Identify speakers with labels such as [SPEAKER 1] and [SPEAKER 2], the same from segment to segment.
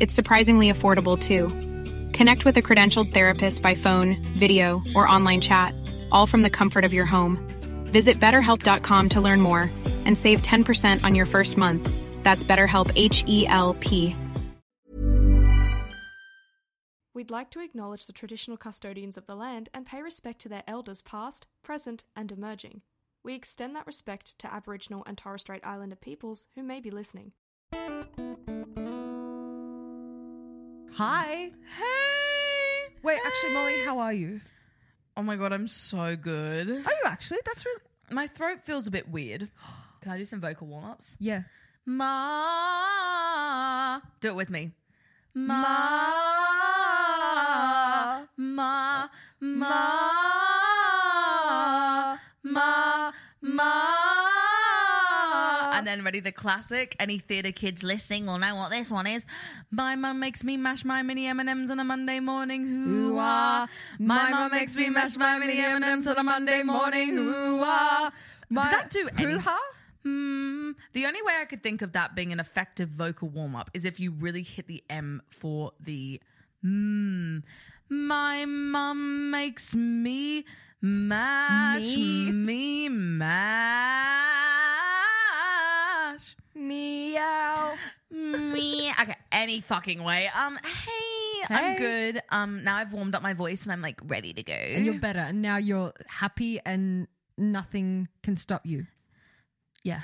[SPEAKER 1] It's surprisingly affordable too. Connect with a credentialed therapist by phone, video, or online chat, all from the comfort of your home. Visit betterhelp.com to learn more and save 10% on your first month. That's BetterHelp H E L P.
[SPEAKER 2] We'd like to acknowledge the traditional custodians of the land and pay respect to their elders past, present, and emerging. We extend that respect to Aboriginal and Torres Strait Islander peoples who may be listening.
[SPEAKER 3] Hi.
[SPEAKER 4] Hey.
[SPEAKER 3] Wait, actually, Molly, how are you?
[SPEAKER 4] Oh my god, I'm so good.
[SPEAKER 3] Are you actually? That's really.
[SPEAKER 4] My throat feels a bit weird. Can I do some vocal warm ups?
[SPEAKER 3] Yeah.
[SPEAKER 4] Ma. Do it with me. Ma. Ma. Ma. Ma. Ma. And then ready the classic. Any theatre kids listening will know what this one is. My mum makes me mash my mini M and M's on a Monday morning. Hoo ah! My mum makes me mash my mini M and M's on a Monday morning. Hoo ah! Did that do any?
[SPEAKER 3] hoo-ha?
[SPEAKER 4] Mm, the only way I could think of that being an effective vocal warm up is if you really hit the M for the mmm. My mum makes me mash
[SPEAKER 3] Me.
[SPEAKER 4] me, mash
[SPEAKER 3] Meow.
[SPEAKER 4] me. Okay, any fucking way. Um, hey,
[SPEAKER 3] Hey.
[SPEAKER 4] I'm good. Um, now I've warmed up my voice and I'm like ready to go.
[SPEAKER 3] And you're better, and now you're happy, and nothing can stop you.
[SPEAKER 4] yeah,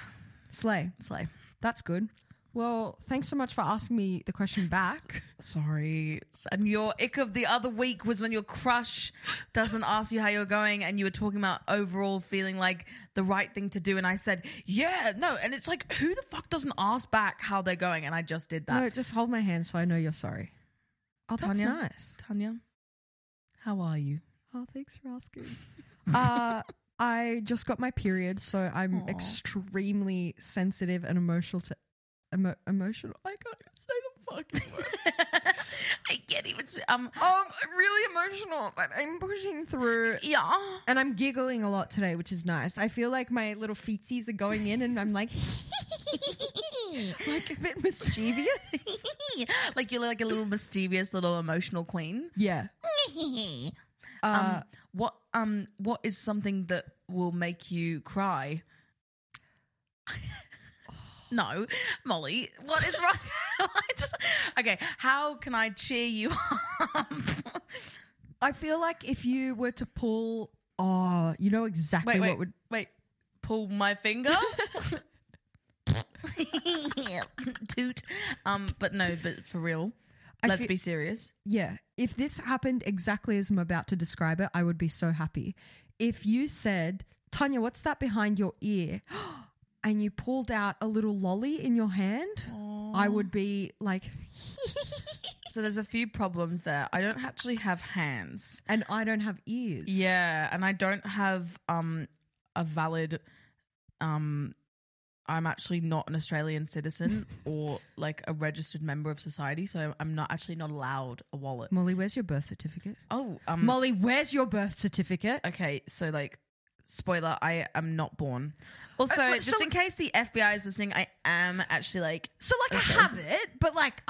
[SPEAKER 3] Slay.
[SPEAKER 4] slay.
[SPEAKER 3] That's good. Well, thanks so much for asking me the question back.
[SPEAKER 4] Sorry. And your ick of the other week was when your crush doesn't ask you how you're going and you were talking about overall feeling like the right thing to do. And I said, yeah, no. And it's like, who the fuck doesn't ask back how they're going? And I just did that.
[SPEAKER 3] No, just hold my hand so I know you're sorry. Oh, that's
[SPEAKER 4] Tanya?
[SPEAKER 3] nice.
[SPEAKER 4] Tanya, how are you?
[SPEAKER 3] Oh, thanks for asking. uh, I just got my period, so I'm extremely sensitive and emotional to emo- emotional. I can't even say the fucking word.
[SPEAKER 4] I can't even. s- Um,
[SPEAKER 3] Um, I'm really emotional, but I'm pushing through.
[SPEAKER 4] Oh, yeah.
[SPEAKER 3] And I'm giggling a lot today, which is nice. I feel like my little feetsies are going in, and I'm like, like a bit mischievous.
[SPEAKER 4] like you're like a little mischievous little emotional queen.
[SPEAKER 3] yeah. Uh,
[SPEAKER 4] um, what um what is something that will make you cry? no, Molly, what is wrong? I just- okay, how can I cheer you up?
[SPEAKER 3] I feel like if you were to pull, oh, you know exactly
[SPEAKER 4] wait,
[SPEAKER 3] what
[SPEAKER 4] wait,
[SPEAKER 3] would.
[SPEAKER 4] wait. Pull my finger. Toot. Um, but no, but for real.
[SPEAKER 3] I
[SPEAKER 4] Let's
[SPEAKER 3] feel-
[SPEAKER 4] be serious.
[SPEAKER 3] Yeah. If this happened exactly as I'm about to describe it, I would be so happy. If you said, Tanya, what's that behind your ear? And you pulled out a little lolly in your hand, I would be like,
[SPEAKER 4] So there's a few problems there. I don't actually have hands.
[SPEAKER 3] and I don't have ears.
[SPEAKER 4] Yeah, and I don't have um a valid um I'm actually not an Australian citizen or like a registered member of society, so I'm not actually not allowed a wallet.
[SPEAKER 3] Molly, where's your birth certificate?
[SPEAKER 4] Oh, um
[SPEAKER 3] Molly, where's your birth certificate?
[SPEAKER 4] okay, so like spoiler, I am not born. Also,
[SPEAKER 3] Uh, look,
[SPEAKER 4] just
[SPEAKER 3] so-
[SPEAKER 4] in case the FBI is listening, I am actually like
[SPEAKER 3] So, like,
[SPEAKER 4] Okay,
[SPEAKER 3] I
[SPEAKER 4] this
[SPEAKER 3] have
[SPEAKER 4] is-
[SPEAKER 3] it, but like,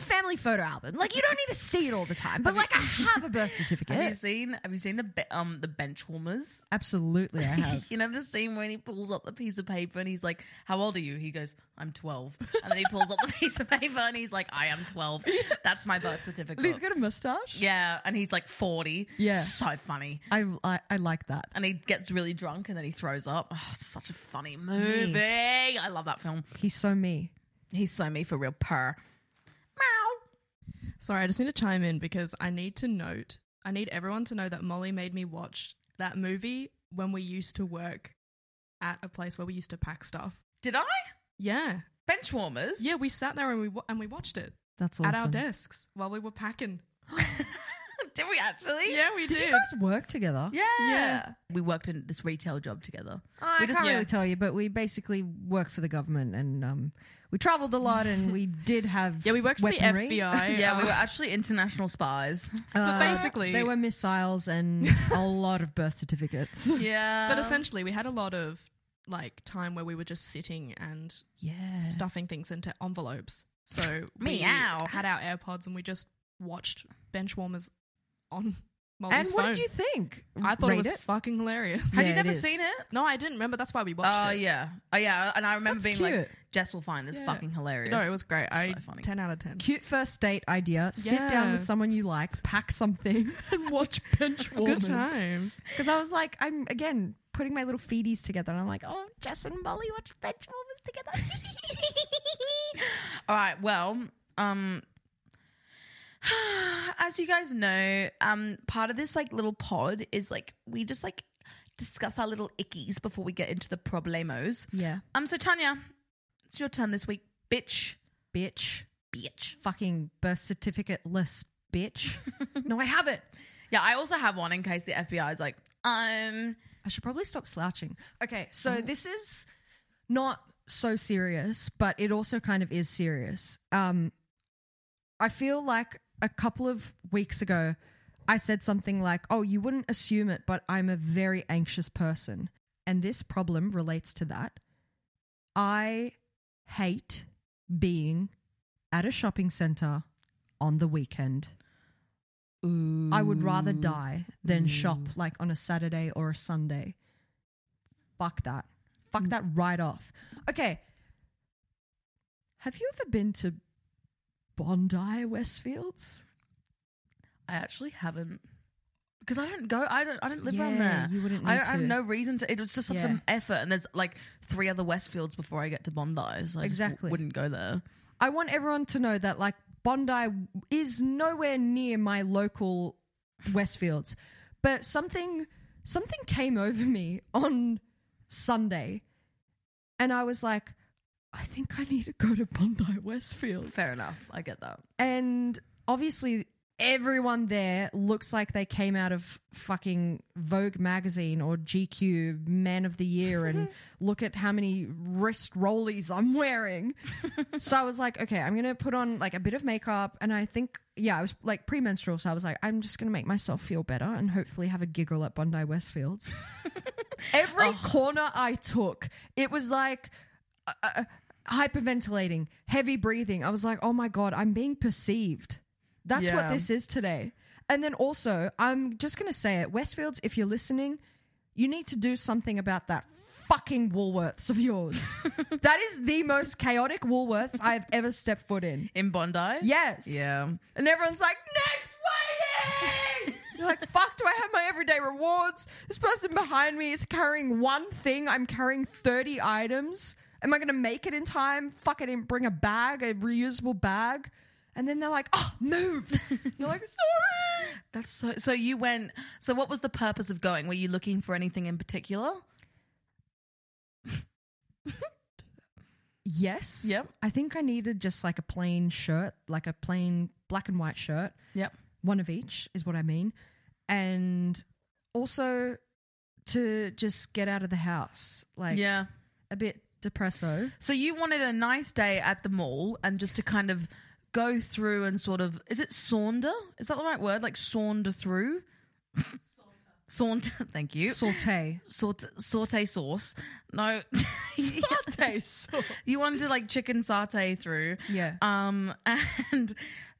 [SPEAKER 3] family photo album. Like you don't need to see it all the time, but like I have a birth certificate.
[SPEAKER 4] Have you seen? Have you seen the be- um the bench warmers?
[SPEAKER 3] Absolutely, I have.
[SPEAKER 4] You know the scene when he pulls up the piece of paper and he's like, "How old are you?" He goes, "I'm 12." And then he pulls up the piece of paper and he's like, "I am 12. That's my birth certificate."
[SPEAKER 3] But he's got a mustache.
[SPEAKER 4] yeah, and he's like 40.
[SPEAKER 3] Yeah.
[SPEAKER 4] so funny.
[SPEAKER 3] I, I I like that.
[SPEAKER 4] And he gets really drunk and then he throws up. Oh, it's such a
[SPEAKER 2] Mm.
[SPEAKER 4] funny movie. I love that film.
[SPEAKER 3] He's so me.
[SPEAKER 4] He's so me for real. Purr. Meow.
[SPEAKER 2] Sorry, I just need to chime in because I need to note, I need everyone to know that Molly made me watch that movie when we used to work at a place where we used to pack stuff.
[SPEAKER 4] Did I?
[SPEAKER 2] Yeah.
[SPEAKER 4] Bench warmers.
[SPEAKER 2] Yeah, we sat there and we wa- and we watched it
[SPEAKER 3] That's awesome.
[SPEAKER 2] at our desks while we were packing.
[SPEAKER 4] did we actually?
[SPEAKER 2] Yeah, we
[SPEAKER 3] Did you guys work together?
[SPEAKER 4] Yeah.
[SPEAKER 2] Yeah.
[SPEAKER 4] We worked in this retail job together.
[SPEAKER 3] I can't
[SPEAKER 4] yeah.
[SPEAKER 3] really tell you, but we basically worked for the government and um, we traveled a lot and we did have
[SPEAKER 2] yeah, we worked
[SPEAKER 3] weaponry.
[SPEAKER 2] for the FBI.
[SPEAKER 4] Yeah, we
[SPEAKER 2] um,
[SPEAKER 4] were actually international spies.
[SPEAKER 2] But basically,
[SPEAKER 3] Uh, They were missiles and a lot of birth certificates.
[SPEAKER 4] Yeah.
[SPEAKER 3] Um,
[SPEAKER 2] but essentially, we had a lot of like time where we were just sitting and
[SPEAKER 3] Yeah.
[SPEAKER 2] stuffing things into envelopes. So we
[SPEAKER 4] Meow.
[SPEAKER 2] had our AirPods and we just watched bench warmers on Molly's
[SPEAKER 3] And what
[SPEAKER 2] phone.
[SPEAKER 3] did you think?
[SPEAKER 2] I thought
[SPEAKER 3] Rate
[SPEAKER 2] it was fucking hilarious.
[SPEAKER 4] Have
[SPEAKER 3] Had Yeah,
[SPEAKER 4] you
[SPEAKER 3] it
[SPEAKER 4] never
[SPEAKER 3] is.
[SPEAKER 4] seen it?
[SPEAKER 2] No, I didn't remember. That's why we watched
[SPEAKER 4] Oh
[SPEAKER 2] it.
[SPEAKER 4] yeah, oh yeah, and I remember
[SPEAKER 3] That's
[SPEAKER 4] being like,
[SPEAKER 3] cute.
[SPEAKER 4] Jess will find this
[SPEAKER 2] Yeah.
[SPEAKER 4] fucking hilarious.
[SPEAKER 2] No, it was great. I
[SPEAKER 4] So funny.
[SPEAKER 2] ten out of ten.
[SPEAKER 3] Cute first date idea. Sit down
[SPEAKER 2] Yeah.
[SPEAKER 3] with someone you like, pack something, and watch bench
[SPEAKER 2] Good
[SPEAKER 3] warmers.
[SPEAKER 2] times.
[SPEAKER 3] Because I was like, I'm again putting my little feedies together, and I'm like, oh, Jess and Molly watch bench warmers together.
[SPEAKER 4] All right, well, um, as you guys know, um, part of this like little pod is like we just like discuss our little ickies before we get into the problemos.
[SPEAKER 3] yeah,
[SPEAKER 4] Um, so Tanya, it's your turn this week, bitch,
[SPEAKER 3] bitch,
[SPEAKER 4] bitch.
[SPEAKER 3] fucking birth certificate less bitch. no, I have it.
[SPEAKER 4] Yeah, I also have one in case the FBI is like, um,
[SPEAKER 3] I should probably stop slouching. Okay, so this is not so serious, but it also kind of is serious. Um, I feel like a couple of weeks ago, I said something like, "Oh, you wouldn't assume it, but I'm a very anxious person," and this problem relates to that. I hate being at a shopping center on the weekend. I would rather die than shop like on a Saturday or a Sunday. Fuck that. Fuck that right off. Okay. Have you ever been to Bondi Westfields?
[SPEAKER 4] I actually haven't because I don't go. I don't. I don't live around
[SPEAKER 3] Yeah,
[SPEAKER 4] there.
[SPEAKER 3] you wouldn't
[SPEAKER 4] I,
[SPEAKER 3] need
[SPEAKER 4] don't- I have
[SPEAKER 3] to.
[SPEAKER 4] no reason to. It was just such
[SPEAKER 3] Yeah.
[SPEAKER 4] an effort, and there's like three other Westfields before I get to Bondi. So I just w-
[SPEAKER 3] Exactly.
[SPEAKER 4] wouldn't go there.
[SPEAKER 3] I want everyone to know that like Bondi is nowhere near my local Westfields. But something something came over me on Sunday and I was like, I think I need to go to Bondi Westfields.
[SPEAKER 4] Fair enough. I get that.
[SPEAKER 3] And obviously, everyone there looks like they came out of fucking Vogue magazine or GQ Man of the Year and look at how many wrist rollies I'm wearing. so I was like, okay, I'm going to put on like a bit of makeup. And I think, yeah, I was like premenstrual. So I was like, I'm just going to make myself feel better and hopefully have a giggle at Bondi Westfields. Every
[SPEAKER 4] Oh.
[SPEAKER 3] corner I took, it was like, uh, hyperventilating, heavy breathing. I was like, oh my God, I'm being perceived. That's what
[SPEAKER 4] Yeah.
[SPEAKER 3] this is today. And then also, I'm just going to say it Westfields, if you're listening, you need to do something about that fucking Woolworths of yours. that is the most chaotic Woolworths I've ever stepped foot in.
[SPEAKER 4] In Bondi.
[SPEAKER 3] Yes.
[SPEAKER 4] Yeah.
[SPEAKER 3] And everyone's like, next lady! You're like, fuck, do I have my everyday rewards? This person behind me is carrying one thing. I'm carrying 30 items. Am I going to make it in time? Fuck, I didn't bring a bag, a reusable bag. And then they're like, oh, move. You're like, sorry.
[SPEAKER 4] That's so. So you went. So what was the purpose of going? Were you looking for anything in particular?
[SPEAKER 3] Yes.
[SPEAKER 4] Yep.
[SPEAKER 3] I think I needed just like a plain shirt, like a plain black and white shirt.
[SPEAKER 4] Yep.
[SPEAKER 3] one of each is what I mean, and also to just get out of the house, like
[SPEAKER 4] yeah.
[SPEAKER 3] a bit depresso.
[SPEAKER 4] So you wanted a nice day at the mall and just to kind of go through and sort of is it saunder? Is that the right word? Like saunder through? Saunter. Thank you.
[SPEAKER 3] Saute.
[SPEAKER 4] Saute, saute sauce. No. Um, saute sauce. You wanted to like chicken saute through.
[SPEAKER 3] Yeah.
[SPEAKER 4] Um and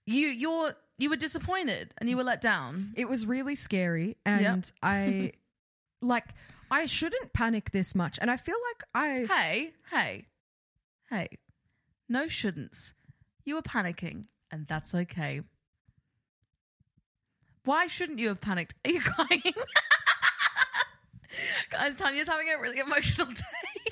[SPEAKER 4] you you're you were disappointed and you were let down.
[SPEAKER 3] It was really scary and I like I shouldn't panic this much and I feel like I
[SPEAKER 4] Hey, hey, hey. No shouldn'ts. You were panicking, and that's okay. Why shouldn't you have panicked? Are you crying? Guys, Tanya's having a really emotional day.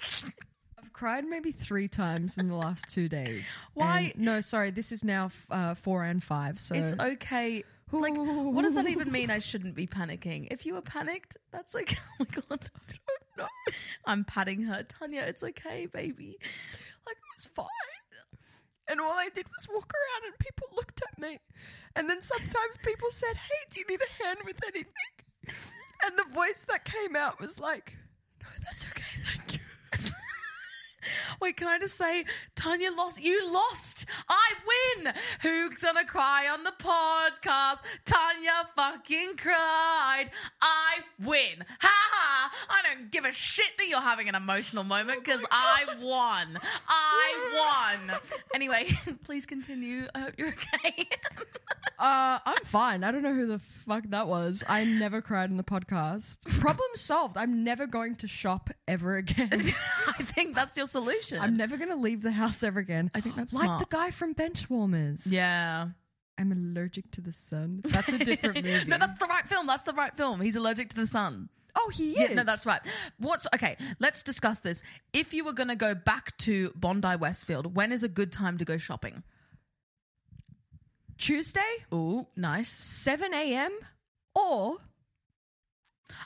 [SPEAKER 3] I've cried maybe 3 times in the last 2 days.
[SPEAKER 4] Why-
[SPEAKER 3] And- no, sorry, this is now f- uh, 4 and 5, so
[SPEAKER 4] it's okay. Like, what does that even mean? I shouldn't be panicking. If you were panicked, that's okay. Oh my god, I don't know. I'm patting her, Tanya. It's okay, baby.
[SPEAKER 3] like it was fine. And all I did was walk around and people looked at me. And then sometimes people said, Hey, do you need a hand with anything? And the voice that came out was like, No, that's okay, thank you.
[SPEAKER 4] Wait, can I just say, Tanya lost. You lost. I win. Who's gonna cry on the podcast? Tanya fucking cried. I win. Ha ha. I don't give a shit that you're having an emotional moment because I won. I won. Anyway, please continue. I hope you're okay.
[SPEAKER 3] Uh, I'm fine. I don't know who the fuck that was. I never cried in the podcast. Problem solved. I'm never going to shop ever again.
[SPEAKER 4] I think that's your solution.
[SPEAKER 3] I'm never going to leave the house ever again.
[SPEAKER 4] I think that's
[SPEAKER 3] like
[SPEAKER 4] smart.
[SPEAKER 3] the guy from Benchwarmers.
[SPEAKER 4] yeah.
[SPEAKER 3] I'm allergic to the sun. That's a different movie.
[SPEAKER 4] no, that's the right film. That's the right film. He's allergic to the sun.
[SPEAKER 3] oh, he is.
[SPEAKER 4] Yeah, no, that's right. What's okay? Let's discuss this. If you were going to go back to Bondi Westfield, when is a good time to go shopping?
[SPEAKER 3] Tuesday.
[SPEAKER 4] Oh, nice.
[SPEAKER 3] 7 a.m. or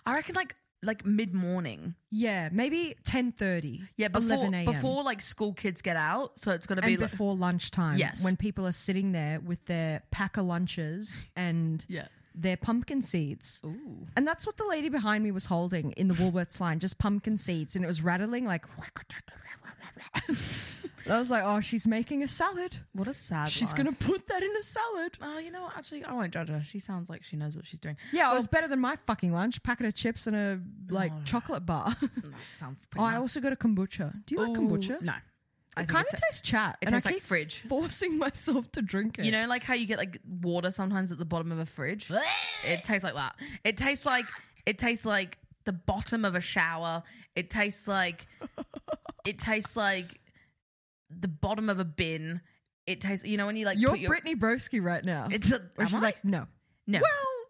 [SPEAKER 4] I reckon like like mid morning.
[SPEAKER 3] yeah, maybe 10:30.
[SPEAKER 4] Yeah, before
[SPEAKER 3] 11 a.m.
[SPEAKER 4] before like school kids get out, so it's going to be
[SPEAKER 3] and
[SPEAKER 4] like,
[SPEAKER 3] before lunchtime.
[SPEAKER 4] Yes.
[SPEAKER 3] when people are sitting there with their pack of lunches and
[SPEAKER 4] Yeah.
[SPEAKER 3] their pumpkin seeds. Ooh. And that's what the lady behind me was holding in the Woolworths line, just pumpkin seeds, and it was rattling like. And I was like, oh, she's making a salad.
[SPEAKER 4] What a sad.
[SPEAKER 3] She's gonna put that in a salad.
[SPEAKER 4] Oh, you know what? Actually, I won't judge her. She sounds like she knows what she's doing.
[SPEAKER 3] Yeah, it was better than my fucking lunch. Packet of chips and a like chocolate bar.
[SPEAKER 4] That sounds
[SPEAKER 3] Oh,
[SPEAKER 4] pretty.
[SPEAKER 3] I also got a kombucha. Do you like kombucha?
[SPEAKER 4] No, I
[SPEAKER 3] it
[SPEAKER 4] think
[SPEAKER 3] kind
[SPEAKER 4] it
[SPEAKER 3] of
[SPEAKER 4] ta-
[SPEAKER 3] tastes chat.
[SPEAKER 4] it
[SPEAKER 3] and I
[SPEAKER 4] tastes like
[SPEAKER 3] keep
[SPEAKER 4] fridge.
[SPEAKER 3] Forcing myself to drink it.
[SPEAKER 4] You know, like how you get like water sometimes at the bottom of a fridge. it tastes like that. It tastes like it tastes like the bottom of a shower. It tastes like it tastes like the bottom of a bin. It tastes. You know when you like
[SPEAKER 3] you're
[SPEAKER 4] put your,
[SPEAKER 3] Brittany Broski right now.
[SPEAKER 4] It's a. am
[SPEAKER 3] where she's
[SPEAKER 4] I?
[SPEAKER 3] like, no,
[SPEAKER 4] no.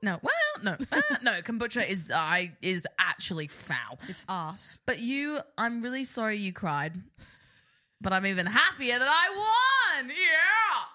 [SPEAKER 4] no. Well, no. Uh, no. Kombucha is I is actually foul.
[SPEAKER 3] it's ass.
[SPEAKER 4] But you, I'm really sorry you cried. But I'm even happier that I won.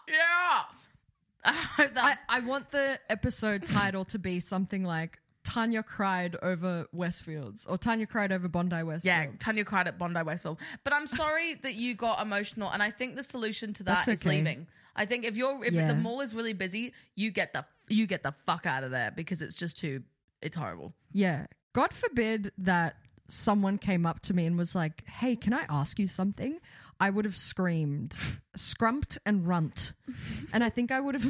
[SPEAKER 4] Yeah, yeah. I hope that
[SPEAKER 3] I, I want the episode title to be something like Tanya cried over Westfields or Tanya cried over Bondi Westfields.
[SPEAKER 4] Yeah, Tanya cried at Bondi Westfield. But I'm sorry that you got emotional, and I think the solution to that is
[SPEAKER 3] That's okay.
[SPEAKER 4] leaving. I think if you're if
[SPEAKER 3] Yeah.
[SPEAKER 4] the mall is really busy, you get the you get the fuck out of there because it's just too it's horrible.
[SPEAKER 3] Yeah. God forbid that someone came up to me and was like, hey, can I ask you something? I would have screamed, scrumped, and runt. And I think I would have,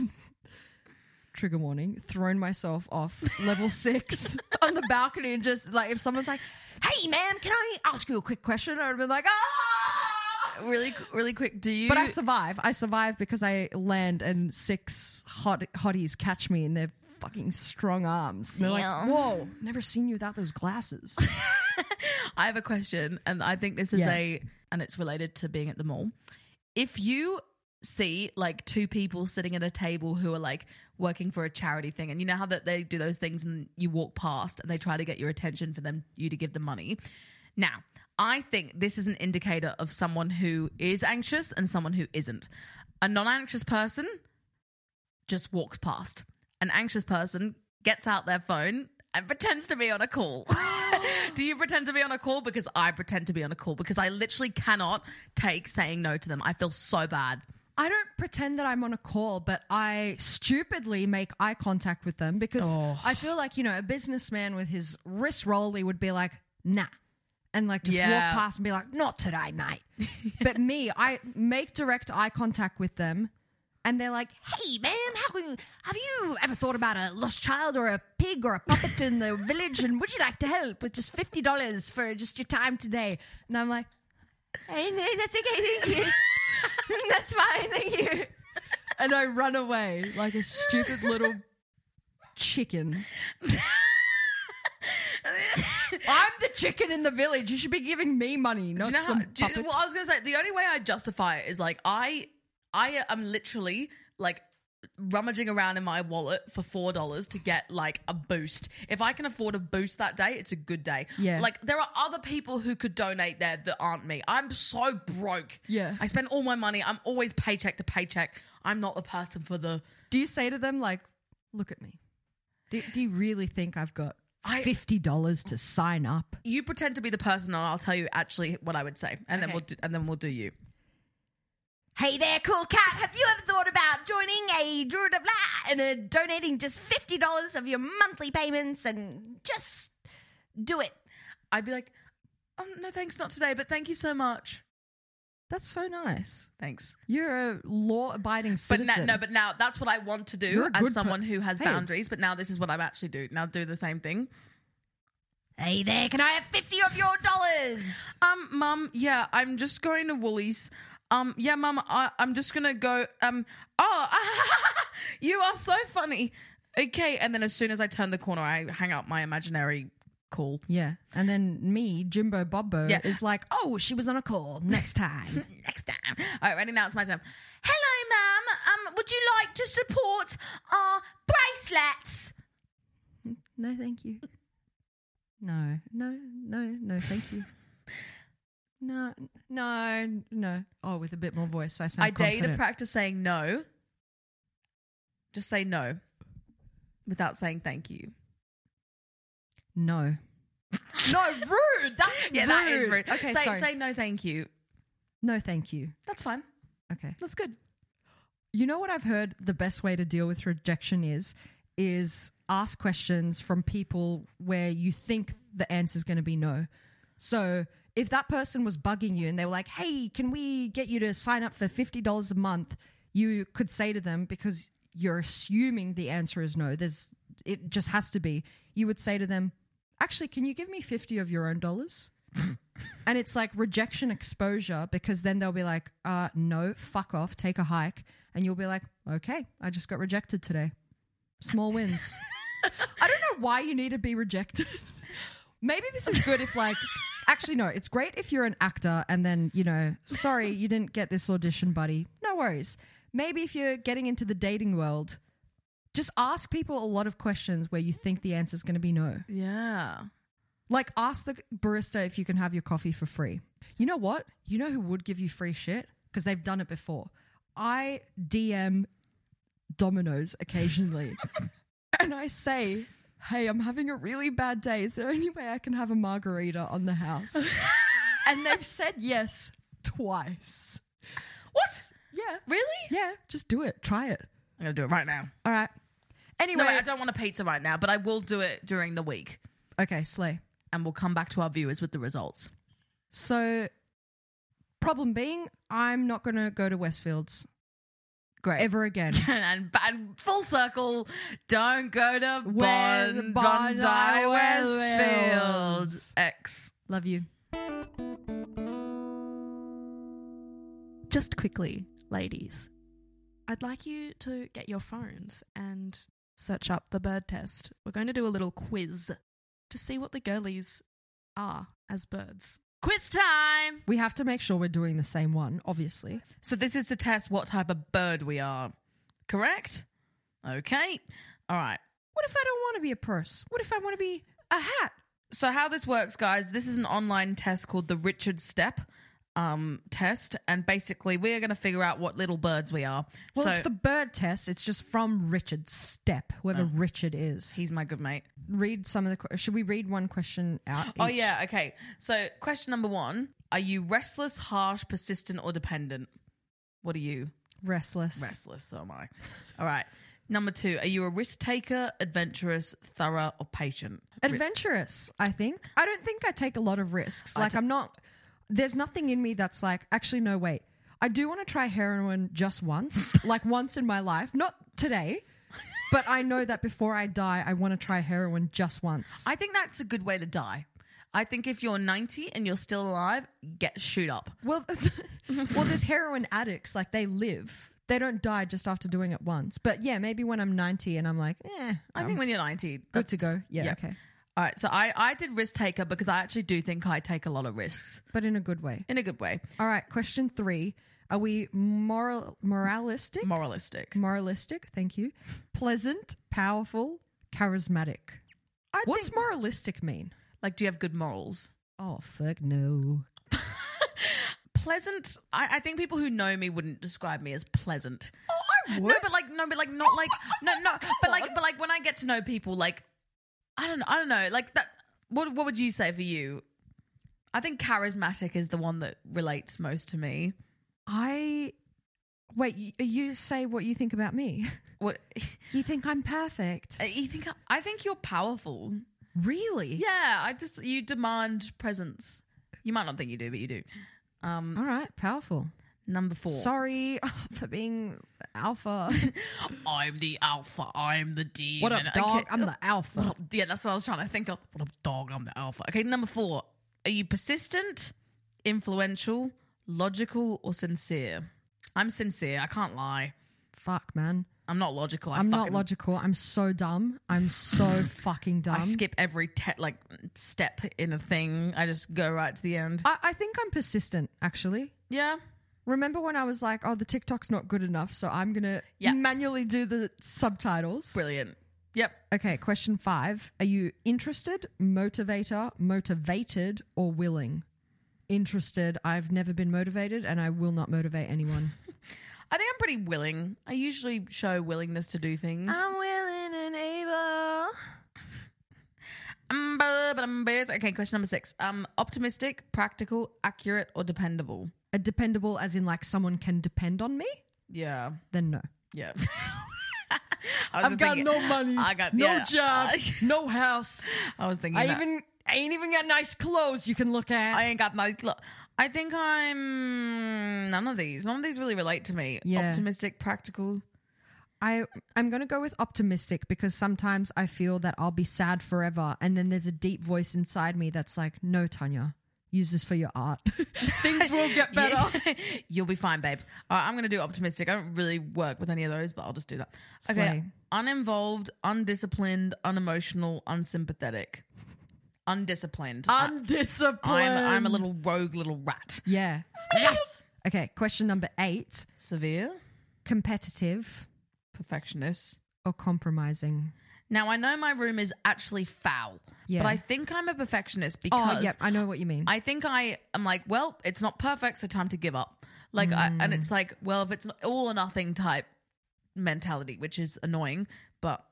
[SPEAKER 3] trigger warning, thrown myself off level six on the balcony and just like, if someone's like, hey, ma'am, can I ask you a quick question? I would have been like, ah!
[SPEAKER 4] Really, really quick. Do you?
[SPEAKER 3] But I survive. I survive because I land and six hot hotties catch me in their fucking strong arms. They're like,
[SPEAKER 4] Damn.
[SPEAKER 3] "Whoa, never seen you without those glasses."
[SPEAKER 4] I have a question, and I think this is
[SPEAKER 3] Yeah.
[SPEAKER 4] a, and it's related to being at the mall. If you see like two people sitting at a table who are like working for a charity thing, and you know how that they do those things, and you walk past and they try to get your attention for them, you to give them money. Now, I think this is an indicator of someone who is anxious and someone who isn't. A non-anxious person just walks past. An anxious person gets out their phone and pretends to be on a call. Do you pretend to be on a call? Because I pretend to be on a call because I literally cannot take saying no to them. I feel so bad.
[SPEAKER 3] I don't pretend that I'm on a call, but I stupidly make eye contact with them because I feel like, you know, a businessman with his wrist rolly would be like, nah. And like just
[SPEAKER 4] Yeah.
[SPEAKER 3] walk past and be like, not today, mate. but me, I make direct eye contact with them and they're like, hey, ma'am, how can, have you ever thought about a lost child or a pig or a puppet in the village? And would you like to help with just $50 for just your time today? And I'm like, Hey, no, that's okay. Thank you. that's fine. Thank you. and I run away like a stupid little chicken. I'm the chicken in the village. You should be giving me money, not
[SPEAKER 4] do you know
[SPEAKER 3] some
[SPEAKER 4] how, do you-
[SPEAKER 3] puppet.
[SPEAKER 4] well, I was gonna say the only way I justify it is like I I am literally like rummaging around in my wallet for four dollars to get like a boost. If I can afford a boost that day, it's a good day.
[SPEAKER 3] Yeah.
[SPEAKER 4] Like there are other people who could donate there that aren't me. I'm so broke.
[SPEAKER 3] Yeah.
[SPEAKER 4] I spend all my money. I'm always paycheck to paycheck. I'm not the person for the
[SPEAKER 3] do you say to them like, "Look at me"? Do, do you really think I've got
[SPEAKER 4] I-
[SPEAKER 3] fifty dollars to sign up?
[SPEAKER 4] you pretend to be the person and I'll tell you actually what I would say. And then
[SPEAKER 3] Okay.
[SPEAKER 4] we'll do, and then we'll do you.
[SPEAKER 3] Hey there, cool cat. Have you ever thought about joining a Drew de Blah and uh, donating just fifty dollars of your monthly payments and just do it?
[SPEAKER 4] I'd be like, oh, no thanks, not today, but thank you so much.
[SPEAKER 3] That's so nice.
[SPEAKER 4] Thanks.
[SPEAKER 3] You're a law-abiding
[SPEAKER 4] But
[SPEAKER 3] citizen.
[SPEAKER 4] now, no, but now that's what I want to
[SPEAKER 3] You're
[SPEAKER 4] do
[SPEAKER 3] a good per-
[SPEAKER 4] as someone who has
[SPEAKER 3] Hey.
[SPEAKER 4] boundaries. But now this is what I'm actually do. Now do the same thing.
[SPEAKER 3] hey there, can I have fifty of your dollars?
[SPEAKER 4] Um, mum, yeah, I'm just going to Woolies. Um, yeah, mum, I, I'm just gonna go. Um, oh, you are so funny. Okay, and then as soon as I turn the corner, I hang up my imaginary call.
[SPEAKER 3] Yeah. And then me, Jimbo Bobbo,
[SPEAKER 4] Yeah.
[SPEAKER 3] is like, oh, she was on a call. Next time.
[SPEAKER 4] Next time. All right, ready now. It's my time. Hello, ma'am. Um, would you like to support our bracelets?
[SPEAKER 3] no, thank you. No, no, no, no, thank you. No, no, no. Oh, with a bit more voice, so I sound
[SPEAKER 4] I dare you to
[SPEAKER 3] confident.
[SPEAKER 4] practice saying no. Just say no without saying thank you.
[SPEAKER 3] no. no, rude. That's
[SPEAKER 4] Yeah, that is rude.
[SPEAKER 3] Okay,
[SPEAKER 4] say,
[SPEAKER 3] sorry.
[SPEAKER 4] say no thank you.
[SPEAKER 3] no, thank you.
[SPEAKER 4] That's fine.
[SPEAKER 3] Okay.
[SPEAKER 4] That's good.
[SPEAKER 3] You know what I've heard the best way to deal with rejection is is ask questions from people where you think the answer's going to be no. So, if that person was bugging you and they were like, "Hey, can we get you to sign up for $50 a month?" you could say to them because you're assuming the answer is no. There's it just has to be. You would say to them, "Actually, can you give me 50 of your own dollars?" And it's like rejection exposure because then they'll be like, uh, no, fuck off, take a hike. And you'll be like, okay, I just got rejected today. Small wins. I don't know why you need to be rejected. Maybe this is good if, like, actually, no, it's great if you're an actor and then, you know, sorry, you didn't get this audition, buddy. No worries. Maybe if you're getting into the dating world, just ask people a lot of questions where you think the answer's going to be no.
[SPEAKER 4] Yeah.
[SPEAKER 3] Like, ask the barista if you can have your coffee for free. You know what? You know who would give you free shit? Because they've done it before. I DM Domino's occasionally and I say, Hey, I'm having a really bad day. Is there any way I can have a margarita on the house? and they've said yes twice.
[SPEAKER 4] What?
[SPEAKER 3] Yeah.
[SPEAKER 4] Really?
[SPEAKER 3] Yeah, just do it. Try it.
[SPEAKER 4] I'm gonna do it right now.
[SPEAKER 3] All right. Anyway,
[SPEAKER 4] No, wait, I don't want a pizza right now, but I will do it during the week,
[SPEAKER 3] okay, slay.
[SPEAKER 4] and we'll come back to our viewers with the results.
[SPEAKER 3] So, problem being, I'm not going to go to Westfields
[SPEAKER 4] Great.
[SPEAKER 3] ever again.
[SPEAKER 4] and, and full circle, don't go to
[SPEAKER 3] Where the
[SPEAKER 4] Bond,
[SPEAKER 3] Bondi
[SPEAKER 4] Bondi Westfield.
[SPEAKER 3] Westfields.
[SPEAKER 4] X.
[SPEAKER 3] Love you.
[SPEAKER 5] Just quickly, ladies, I'd like you to get your phones and search up the bird test. We're going to do a little quiz to see what the girlies are as birds. Quiz time!
[SPEAKER 3] We have to make sure we're doing the same one, obviously.
[SPEAKER 4] So this is to test what type of bird we are, correct? Okay. All right.
[SPEAKER 3] What if I don't want to be a purse? What if I want to be a hat?
[SPEAKER 4] So how this works, guys? This is an online test called the Richard Step um, test, and basically we are going to figure out what little birds we are.
[SPEAKER 3] Well,
[SPEAKER 4] so
[SPEAKER 3] it's the bird test. It's just from Richard Step,
[SPEAKER 4] Oh.
[SPEAKER 3] whoever Richard is.
[SPEAKER 4] he's my good mate.
[SPEAKER 3] Read some of the. que- Should we read one question out?
[SPEAKER 4] Oh
[SPEAKER 3] each?
[SPEAKER 4] yeah. Okay. So question number one: Are you restless, harsh, persistent, or dependent? What are you?
[SPEAKER 3] Restless.
[SPEAKER 4] Restless. So am I. All right. Number two: Are you a risk taker, adventurous, thorough, or patient?
[SPEAKER 3] Adventurous, I think. I don't think I take a lot of risks. Like, i I'm not. There's nothing in me that's like, actually, no, wait. I do want to try heroin just once, like once in my life, not today. But I know that before I die, I want to try heroin just once.
[SPEAKER 4] I think that's a good way to die. I think if you're 90 and you're still alive, get shoot up.
[SPEAKER 3] Well, well, there's heroin addicts. Like they live. They don't die just after doing it once. But yeah, maybe when I'm 90 and I'm like, eh,
[SPEAKER 4] I think when you're 90,
[SPEAKER 3] good
[SPEAKER 4] that's
[SPEAKER 3] to go. Yeah,
[SPEAKER 4] yeah.
[SPEAKER 3] okay.
[SPEAKER 4] All right, so I, I did risk taker because I actually do think I take a lot of risks
[SPEAKER 3] But in a good way.
[SPEAKER 4] in a good way,
[SPEAKER 3] All right, question three. Are we moral, moralistic?
[SPEAKER 4] moralistic.
[SPEAKER 3] moralistic, thank you. Pleasant, powerful, charismatic.
[SPEAKER 4] I
[SPEAKER 3] What's
[SPEAKER 4] think-
[SPEAKER 3] moralistic mean?
[SPEAKER 4] Like, do you have good morals?
[SPEAKER 3] Oh, fuck no.
[SPEAKER 4] Pleasant. I, I think people who know me wouldn't describe me as pleasant. Oh, I would. No, but like, no, but like, not like, no, no, but like, but like, when I get to know people, like, I don't, I don't know, like that. What, what would you say for you? I think charismatic is the one that relates most to me.
[SPEAKER 3] I. Wait, you, you say what you think about me.
[SPEAKER 4] What
[SPEAKER 3] You think I'm perfect.
[SPEAKER 4] you think? I think you're powerful.
[SPEAKER 3] Really?
[SPEAKER 4] Yeah, I just you demand presence. You might not think you do, but you do. Um,
[SPEAKER 3] All right, powerful.
[SPEAKER 4] number four.
[SPEAKER 3] Sorry for being alpha.
[SPEAKER 4] I'm the alpha. I'm the demon.
[SPEAKER 3] what up, dog?
[SPEAKER 4] Okay.
[SPEAKER 3] I'm the alpha.
[SPEAKER 4] What up? Yeah, that's what I was trying to think of. What up, dog? I'm the alpha. Okay, number four. Are you persistent, influential, logical, or sincere? I'm sincere. I can't lie.
[SPEAKER 3] Fuck, man.
[SPEAKER 4] I'm not logical. I
[SPEAKER 3] I'm not
[SPEAKER 4] fucking-
[SPEAKER 3] logical. I'm so dumb. I'm so fucking dumb.
[SPEAKER 4] I skip every te- like step in a thing. I just go right to the end.
[SPEAKER 3] I, I think I'm persistent, actually.
[SPEAKER 4] yeah.
[SPEAKER 3] Remember when I was like, oh, the TikTok's not good enough, so I'm going to
[SPEAKER 4] Yeah.
[SPEAKER 3] manually do the subtitles?
[SPEAKER 4] Brilliant. Yep.
[SPEAKER 3] Okay, question five. Are you interested, motivator, motivated, or willing? Interested. I've never been motivated and I will not motivate anyone.
[SPEAKER 4] I think I'm pretty willing. I usually show willingness to do things.
[SPEAKER 3] Um, willing and able.
[SPEAKER 4] Um, buh, but um, buhs. okay, question number six. Um, optimistic, practical, accurate, or dependable?
[SPEAKER 3] A dependable, as in like someone can depend on me?
[SPEAKER 4] Yeah,
[SPEAKER 3] Then no.
[SPEAKER 4] yeah. I was just thinking- I got yeah.
[SPEAKER 3] no house.
[SPEAKER 4] I was thinking. that.
[SPEAKER 3] I ain't even got nice clothes you can look at.
[SPEAKER 4] I ain't got no. Cl- I think I'm none of these. None of these really relate to me.
[SPEAKER 3] Yeah.
[SPEAKER 4] Optimistic, practical.
[SPEAKER 3] I I'm going to go with optimistic because sometimes I feel that I'll be sad forever and then there's a deep voice inside me that's like no Tanya use this for your art things will get better
[SPEAKER 4] Yeah. You'll be fine, babes. All right, I'm going to do optimistic. I don't really work with any of those, but I'll just do that. Okay.
[SPEAKER 3] Slay.
[SPEAKER 4] Uninvolved, undisciplined, unemotional, unsympathetic. Undisciplined. I-
[SPEAKER 3] undisciplined
[SPEAKER 4] I'm, I'm a little rogue little rat.
[SPEAKER 3] yeah okay question number 8
[SPEAKER 4] Severe,
[SPEAKER 3] competitive
[SPEAKER 4] perfectionist.
[SPEAKER 3] or compromising
[SPEAKER 4] Now, I know my room is actually foul,
[SPEAKER 3] Yeah.
[SPEAKER 4] but I think I'm a perfectionist because
[SPEAKER 3] oh yeah I know what you mean
[SPEAKER 4] I think I am like, well, it's not perfect, so time to give up. Like, I, and
[SPEAKER 3] Mm.
[SPEAKER 4] it's like, well, if it's not all or nothing type mentality, which is annoying, but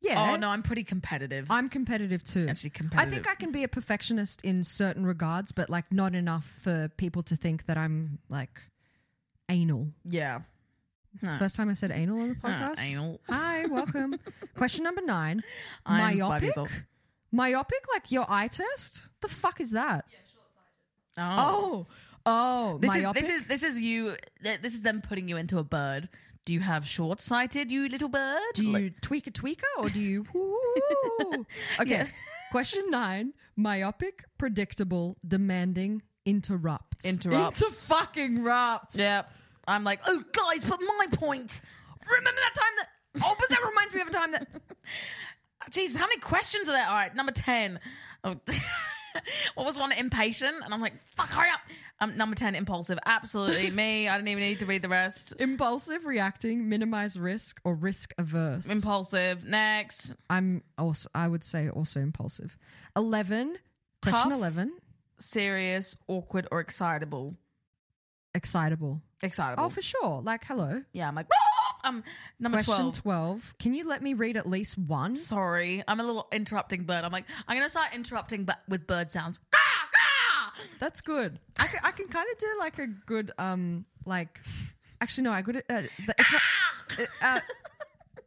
[SPEAKER 3] yeah
[SPEAKER 4] oh no, I'm pretty competitive.
[SPEAKER 3] I'm competitive too.
[SPEAKER 4] Actually
[SPEAKER 3] I think
[SPEAKER 4] competitive.
[SPEAKER 3] I can be a perfectionist in certain regards, but like not enough for people to think that I'm like anal.
[SPEAKER 4] yeah,
[SPEAKER 3] First time I said anal on the
[SPEAKER 4] Uh,
[SPEAKER 3] podcast.
[SPEAKER 4] anal.
[SPEAKER 3] Hi, welcome. Question number nine.
[SPEAKER 4] I'm five
[SPEAKER 3] myopic.
[SPEAKER 4] years old.
[SPEAKER 3] Myopic, like your eye test. The fuck is that?
[SPEAKER 4] Oh,
[SPEAKER 3] Oh, oh,
[SPEAKER 4] this
[SPEAKER 3] myopic.
[SPEAKER 4] is this is this is you. th- This is them putting you into a bird. Do you have short sighted, you little bird?
[SPEAKER 3] do you
[SPEAKER 4] Like-
[SPEAKER 3] tweak a tweaker or do you? Ooh. okay. Question nine. Myopic, predictable, demanding, interrupts.
[SPEAKER 4] Interrupts.
[SPEAKER 3] Inter fucking rupts.
[SPEAKER 4] Yep. I'm like, oh guys, but my point. Remember that time that Oh, but that reminds me of a time that Jesus, how many questions are there? All right, number ten. Oh, what was one impatient? And I'm like, fuck, hurry up. Um, number ten, impulsive. Absolutely me. I don't even need to read the rest.
[SPEAKER 3] Impulsive, reacting, minimize risk, or risk averse.
[SPEAKER 4] Impulsive. Next.
[SPEAKER 3] I'm also I would say also impulsive. Eleven question
[SPEAKER 4] Tough.
[SPEAKER 3] eleven
[SPEAKER 4] Serious, awkward, or excitable.
[SPEAKER 3] excitable.
[SPEAKER 4] Excitable.
[SPEAKER 3] Oh, for sure. Like hello.
[SPEAKER 4] yeah, I'm like, "Whoop." um, number
[SPEAKER 3] Question
[SPEAKER 4] 12.
[SPEAKER 3] twelve. Can you let me read at least one?
[SPEAKER 4] Sorry, I'm a little interrupting bird. I'm like, I'm gonna start interrupting, but with bird sounds. Gah, gah!
[SPEAKER 3] That's good. I can, I can kind of do like a good um like actually no I could uh, th- it's not
[SPEAKER 4] Ah!
[SPEAKER 3] uh,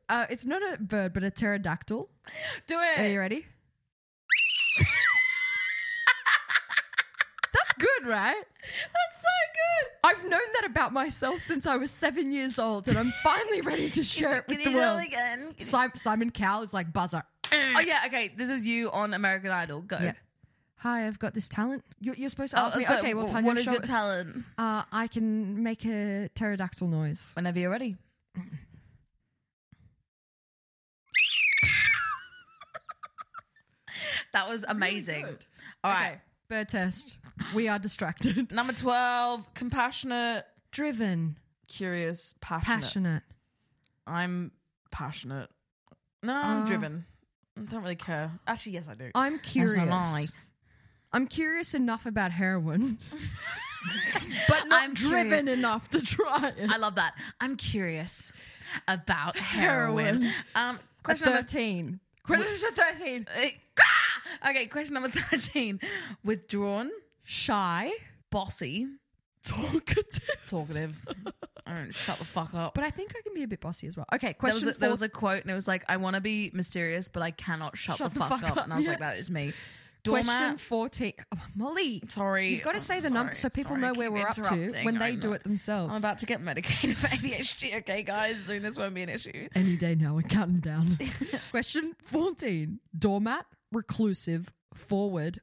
[SPEAKER 3] uh, it's not a bird but a pterodactyl.
[SPEAKER 4] Do it.
[SPEAKER 3] Are you ready? That's good, right? That's so good. I've known that about myself since I was seven years old, and I'm finally ready to share it with the world.
[SPEAKER 4] again?
[SPEAKER 3] Si- Simon Cowell is like buzzer.
[SPEAKER 4] Oh yeah, okay. This is you on American Idol. Go.
[SPEAKER 3] Eh. Yeah. hi, I've got this talent. You're, you're supposed to
[SPEAKER 4] Oh,
[SPEAKER 3] ask me,
[SPEAKER 4] so
[SPEAKER 3] okay, well,
[SPEAKER 4] wh-
[SPEAKER 3] Tanya,
[SPEAKER 4] what is
[SPEAKER 3] show
[SPEAKER 4] your
[SPEAKER 3] it."
[SPEAKER 4] talent?
[SPEAKER 3] Uh, I can make a pterodactyl noise.
[SPEAKER 4] Whenever you're ready. that was amazing. All right.
[SPEAKER 3] Okay, bird test. We are distracted.
[SPEAKER 4] Number 12, compassionate,
[SPEAKER 3] Driven,
[SPEAKER 4] curious, passionate.
[SPEAKER 3] passionate.
[SPEAKER 4] I'm passionate. No, I'm
[SPEAKER 3] Ah.
[SPEAKER 4] driven. I don't really care. Actually, yes, I do.
[SPEAKER 3] I'm
[SPEAKER 4] am
[SPEAKER 3] curious.
[SPEAKER 4] I.
[SPEAKER 3] I'm curious enough about heroin, but not
[SPEAKER 4] I'm
[SPEAKER 3] driven
[SPEAKER 4] curious.
[SPEAKER 3] enough to try it.
[SPEAKER 4] I love that. I'm curious about heroin.
[SPEAKER 3] Heroin.
[SPEAKER 4] Um,
[SPEAKER 3] At
[SPEAKER 4] question number
[SPEAKER 3] 13. Question 13.
[SPEAKER 4] Ah! Okay, question number 13. Withdrawn,
[SPEAKER 3] Shy,
[SPEAKER 4] bossy,
[SPEAKER 3] talkative.
[SPEAKER 4] talkative. I don't shut the fuck up.
[SPEAKER 3] But I think I can be a bit bossy as well. Okay,
[SPEAKER 4] there
[SPEAKER 3] question
[SPEAKER 4] was, a, there was
[SPEAKER 3] four-
[SPEAKER 4] a quote and it was like, I want to be mysterious, but I cannot shut, the, fuck, up. And I was like, that
[SPEAKER 3] yes.
[SPEAKER 4] is me.
[SPEAKER 3] Question
[SPEAKER 4] Doormat.
[SPEAKER 3] 14. Oh, Molly.
[SPEAKER 4] Sorry.
[SPEAKER 3] You've got to
[SPEAKER 4] I'm
[SPEAKER 3] say the number so
[SPEAKER 4] sorry,
[SPEAKER 3] people
[SPEAKER 4] sorry, I
[SPEAKER 3] know where
[SPEAKER 4] keep
[SPEAKER 3] we're up to
[SPEAKER 4] interrupting.
[SPEAKER 3] when they
[SPEAKER 4] I'm
[SPEAKER 3] do
[SPEAKER 4] not-
[SPEAKER 3] it themselves.
[SPEAKER 4] I'm about to get medicated for ADHD, okay, guys? Soon this won't be an issue.
[SPEAKER 3] Any day now, we're counting down. Question 14. Doormat, reclusive, forward,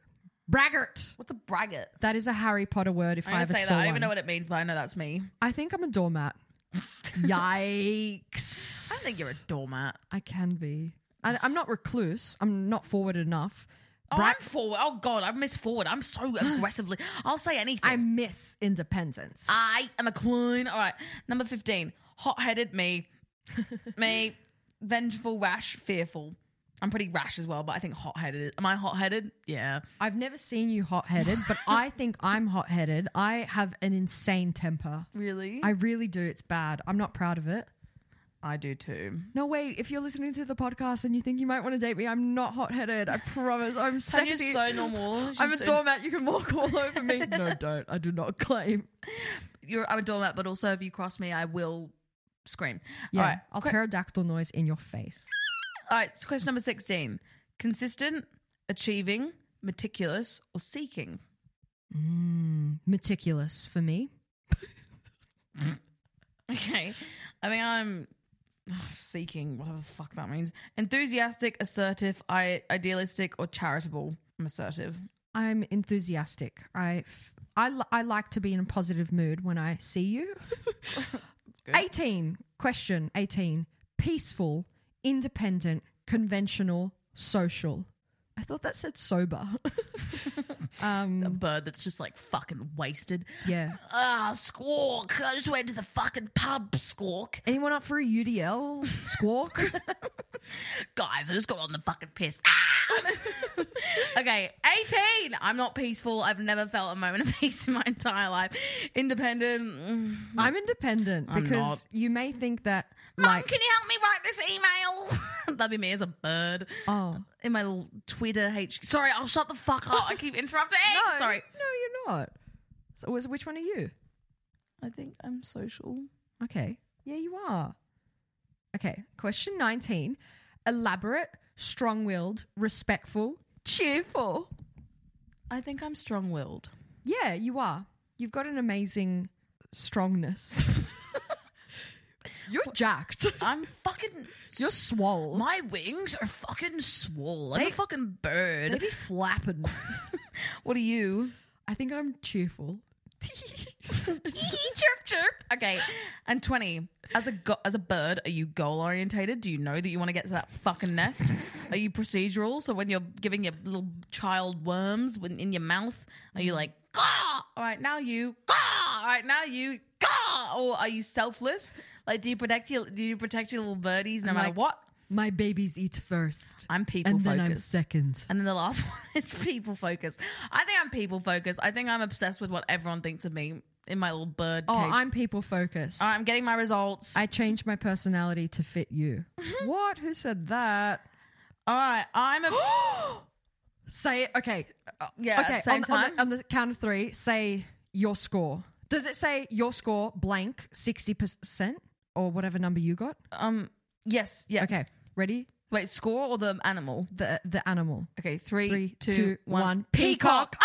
[SPEAKER 3] braggart.
[SPEAKER 4] What's a braggart?
[SPEAKER 3] That is a Harry Potter word if
[SPEAKER 4] I'm
[SPEAKER 3] I
[SPEAKER 4] going
[SPEAKER 3] ever
[SPEAKER 4] to say that.
[SPEAKER 3] saw
[SPEAKER 4] I don't
[SPEAKER 3] one.
[SPEAKER 4] even know what it means, but I know that's me.
[SPEAKER 3] I think I'm a doormat. Yikes.
[SPEAKER 4] I think you're a doormat.
[SPEAKER 3] I can be. I, I'm not recluse. I'm not forward enough.
[SPEAKER 4] Oh,
[SPEAKER 3] Bra-
[SPEAKER 4] I'm forward. Oh, God, I miss forward. I'm so aggressively. I'll say anything.
[SPEAKER 3] I miss independence.
[SPEAKER 4] I am a queen. All right. Number 15. Hot headed me. me. Vengeful, rash, fearful. I'm pretty rash as well, but I think hot headed. Am I hot headed? Yeah.
[SPEAKER 3] I've never seen you hot headed, but I think I'm hot headed. I have an insane temper.
[SPEAKER 4] Really?
[SPEAKER 3] I
[SPEAKER 4] I,
[SPEAKER 3] really do. It's bad. I'm not proud of it.
[SPEAKER 4] I do too.
[SPEAKER 3] No, wait. If you're listening to the podcast and you think you might want to date me, I'm not hot headed. I promise. I'm
[SPEAKER 4] Tanya's
[SPEAKER 3] sexy.
[SPEAKER 4] so normal.
[SPEAKER 3] I'm a
[SPEAKER 4] She's-
[SPEAKER 3] doormat. You can walk all over me. no, don't. I do not claim.
[SPEAKER 4] You're, I'm a doormat, but also if you cross me, I will scream.
[SPEAKER 3] Yeah,
[SPEAKER 4] All right.
[SPEAKER 3] I'll pterodactyl noise in your face.
[SPEAKER 4] All right. So question number 16. Consistent, achieving, meticulous, or seeking?
[SPEAKER 3] Mm, meticulous for me.
[SPEAKER 4] Okay. I think I'm ugh, seeking whatever the fuck that means. Enthusiastic, assertive, I idealistic, or charitable. I'm assertive.
[SPEAKER 3] I'm enthusiastic. I, f- I, li- I like to be in a positive mood when I see you. 18. Question 18. Peaceful, independent, conventional, social. I thought that said sober.
[SPEAKER 4] A
[SPEAKER 3] um,
[SPEAKER 4] bird that's just like fucking wasted.
[SPEAKER 3] yeah.
[SPEAKER 4] Ah, squawk. I just went to the fucking pub, squawk.
[SPEAKER 3] Anyone up for a UDL squawk?
[SPEAKER 4] Guys, I just got on the fucking piss. Ah! okay, 18. I'm not peaceful. I've never felt a moment of peace in my entire life. Independent. mm.
[SPEAKER 3] I'm independent
[SPEAKER 4] I'm
[SPEAKER 3] because
[SPEAKER 4] not.
[SPEAKER 3] you may think that
[SPEAKER 4] Mum,
[SPEAKER 3] like
[SPEAKER 4] can you help me write this email? That'd be me as a bird.
[SPEAKER 3] oh
[SPEAKER 4] in my little Twitter HQ. Sorry, I'll shut the fuck up. I keep interrupting.
[SPEAKER 3] no,
[SPEAKER 4] Sorry.
[SPEAKER 3] no, you're not. So, was- which one are you?
[SPEAKER 4] I think I'm social.
[SPEAKER 3] Okay. Yeah, you are. Okay. Question 19. Elaborate, strong willed, respectful, cheerful.
[SPEAKER 4] I think I'm strong willed.
[SPEAKER 3] Yeah, you are. You've got an amazing strongness. You're jacked.
[SPEAKER 4] I'm fucking.
[SPEAKER 3] You're swole.
[SPEAKER 4] My wings are fucking swole. I'm a fucking bird.
[SPEAKER 3] they be flapping.
[SPEAKER 4] What are you?
[SPEAKER 3] I think I'm cheerful.
[SPEAKER 4] chirp chirp. Okay. And twenty. As a go- as a bird, are you goal orientated? Do you know that you want to get to that fucking nest? Are you procedural? So when you're giving your little child worms when- in your mouth, are
[SPEAKER 3] Mm.
[SPEAKER 4] you like gah? All right, now you gah. All right, now you gah. Or are you selfless? Like, do you protect your do you protect your little birdies no
[SPEAKER 3] I'm
[SPEAKER 4] matter
[SPEAKER 3] like-
[SPEAKER 4] what?
[SPEAKER 3] My babies eat first.
[SPEAKER 4] I'm people
[SPEAKER 3] and then I'm
[SPEAKER 4] focused.
[SPEAKER 3] second.
[SPEAKER 4] And then the last one is people focused. I think I'm people focused. I think I'm obsessed with what everyone thinks of me in my little bird
[SPEAKER 3] Oh,
[SPEAKER 4] cage.
[SPEAKER 3] I'm people focused.
[SPEAKER 4] All right, I'm getting my results.
[SPEAKER 3] I changed my personality to fit you.
[SPEAKER 4] Mm-hmm.
[SPEAKER 3] what? Who said that?
[SPEAKER 4] All right, I'm a.
[SPEAKER 3] Say it. Okay. Uh,
[SPEAKER 4] Yeah,
[SPEAKER 3] Okay.
[SPEAKER 4] at the same
[SPEAKER 3] on, on
[SPEAKER 4] time.
[SPEAKER 3] the, on the count of three, say your score. Does it say your score blank sixty percent or whatever number you got?
[SPEAKER 4] um. Yes. Yeah.
[SPEAKER 3] Okay. Ready?
[SPEAKER 4] Wait, score or the animal?
[SPEAKER 3] The the animal.
[SPEAKER 4] Okay, three, two, one.
[SPEAKER 3] Three, two, one.
[SPEAKER 4] Peacock.
[SPEAKER 3] Peacock.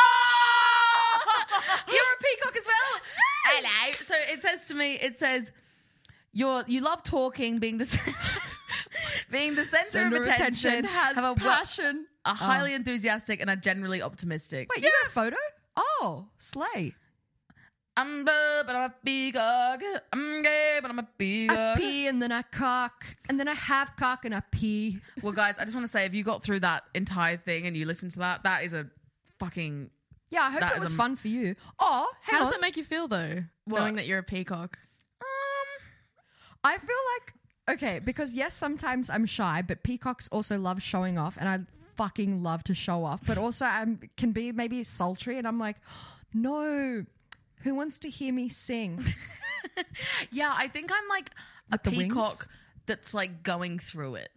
[SPEAKER 4] Oh! You're a peacock as well. Hello. So it says to me, it says, "You're you love talking, being the." Being the center,
[SPEAKER 3] Center
[SPEAKER 4] of
[SPEAKER 3] of
[SPEAKER 4] attention,
[SPEAKER 3] attention has
[SPEAKER 4] have a we-
[SPEAKER 3] passion. Ah.
[SPEAKER 4] are highly enthusiastic, and are generally optimistic.
[SPEAKER 3] Wait, you got a photo? Oh, slay.
[SPEAKER 4] I'm blue, but I'm a peacock. I'm gay, but I'm a
[SPEAKER 3] I
[SPEAKER 4] peacock.
[SPEAKER 3] pee and then I cock and then I have cock and I pee.
[SPEAKER 4] well, guys, I just want to say, if you got through that entire thing and you listened to that, that is a fucking
[SPEAKER 3] Yeah, I hope
[SPEAKER 4] That
[SPEAKER 3] it
[SPEAKER 4] is
[SPEAKER 3] was
[SPEAKER 4] a-
[SPEAKER 3] fun for you. Oh, hang
[SPEAKER 2] How does
[SPEAKER 3] on.
[SPEAKER 2] it make you feel though, knowing that you're a peacock?
[SPEAKER 3] I feel like okay because yes, sometimes I'm shy, but peacocks also love showing off, and I fucking love to show off. But also, I am can be maybe sultry, and I'm like, no, who wants to hear me sing?
[SPEAKER 4] Yeah, I think I'm like a
[SPEAKER 3] the wings?
[SPEAKER 4] peacock that's like going through it.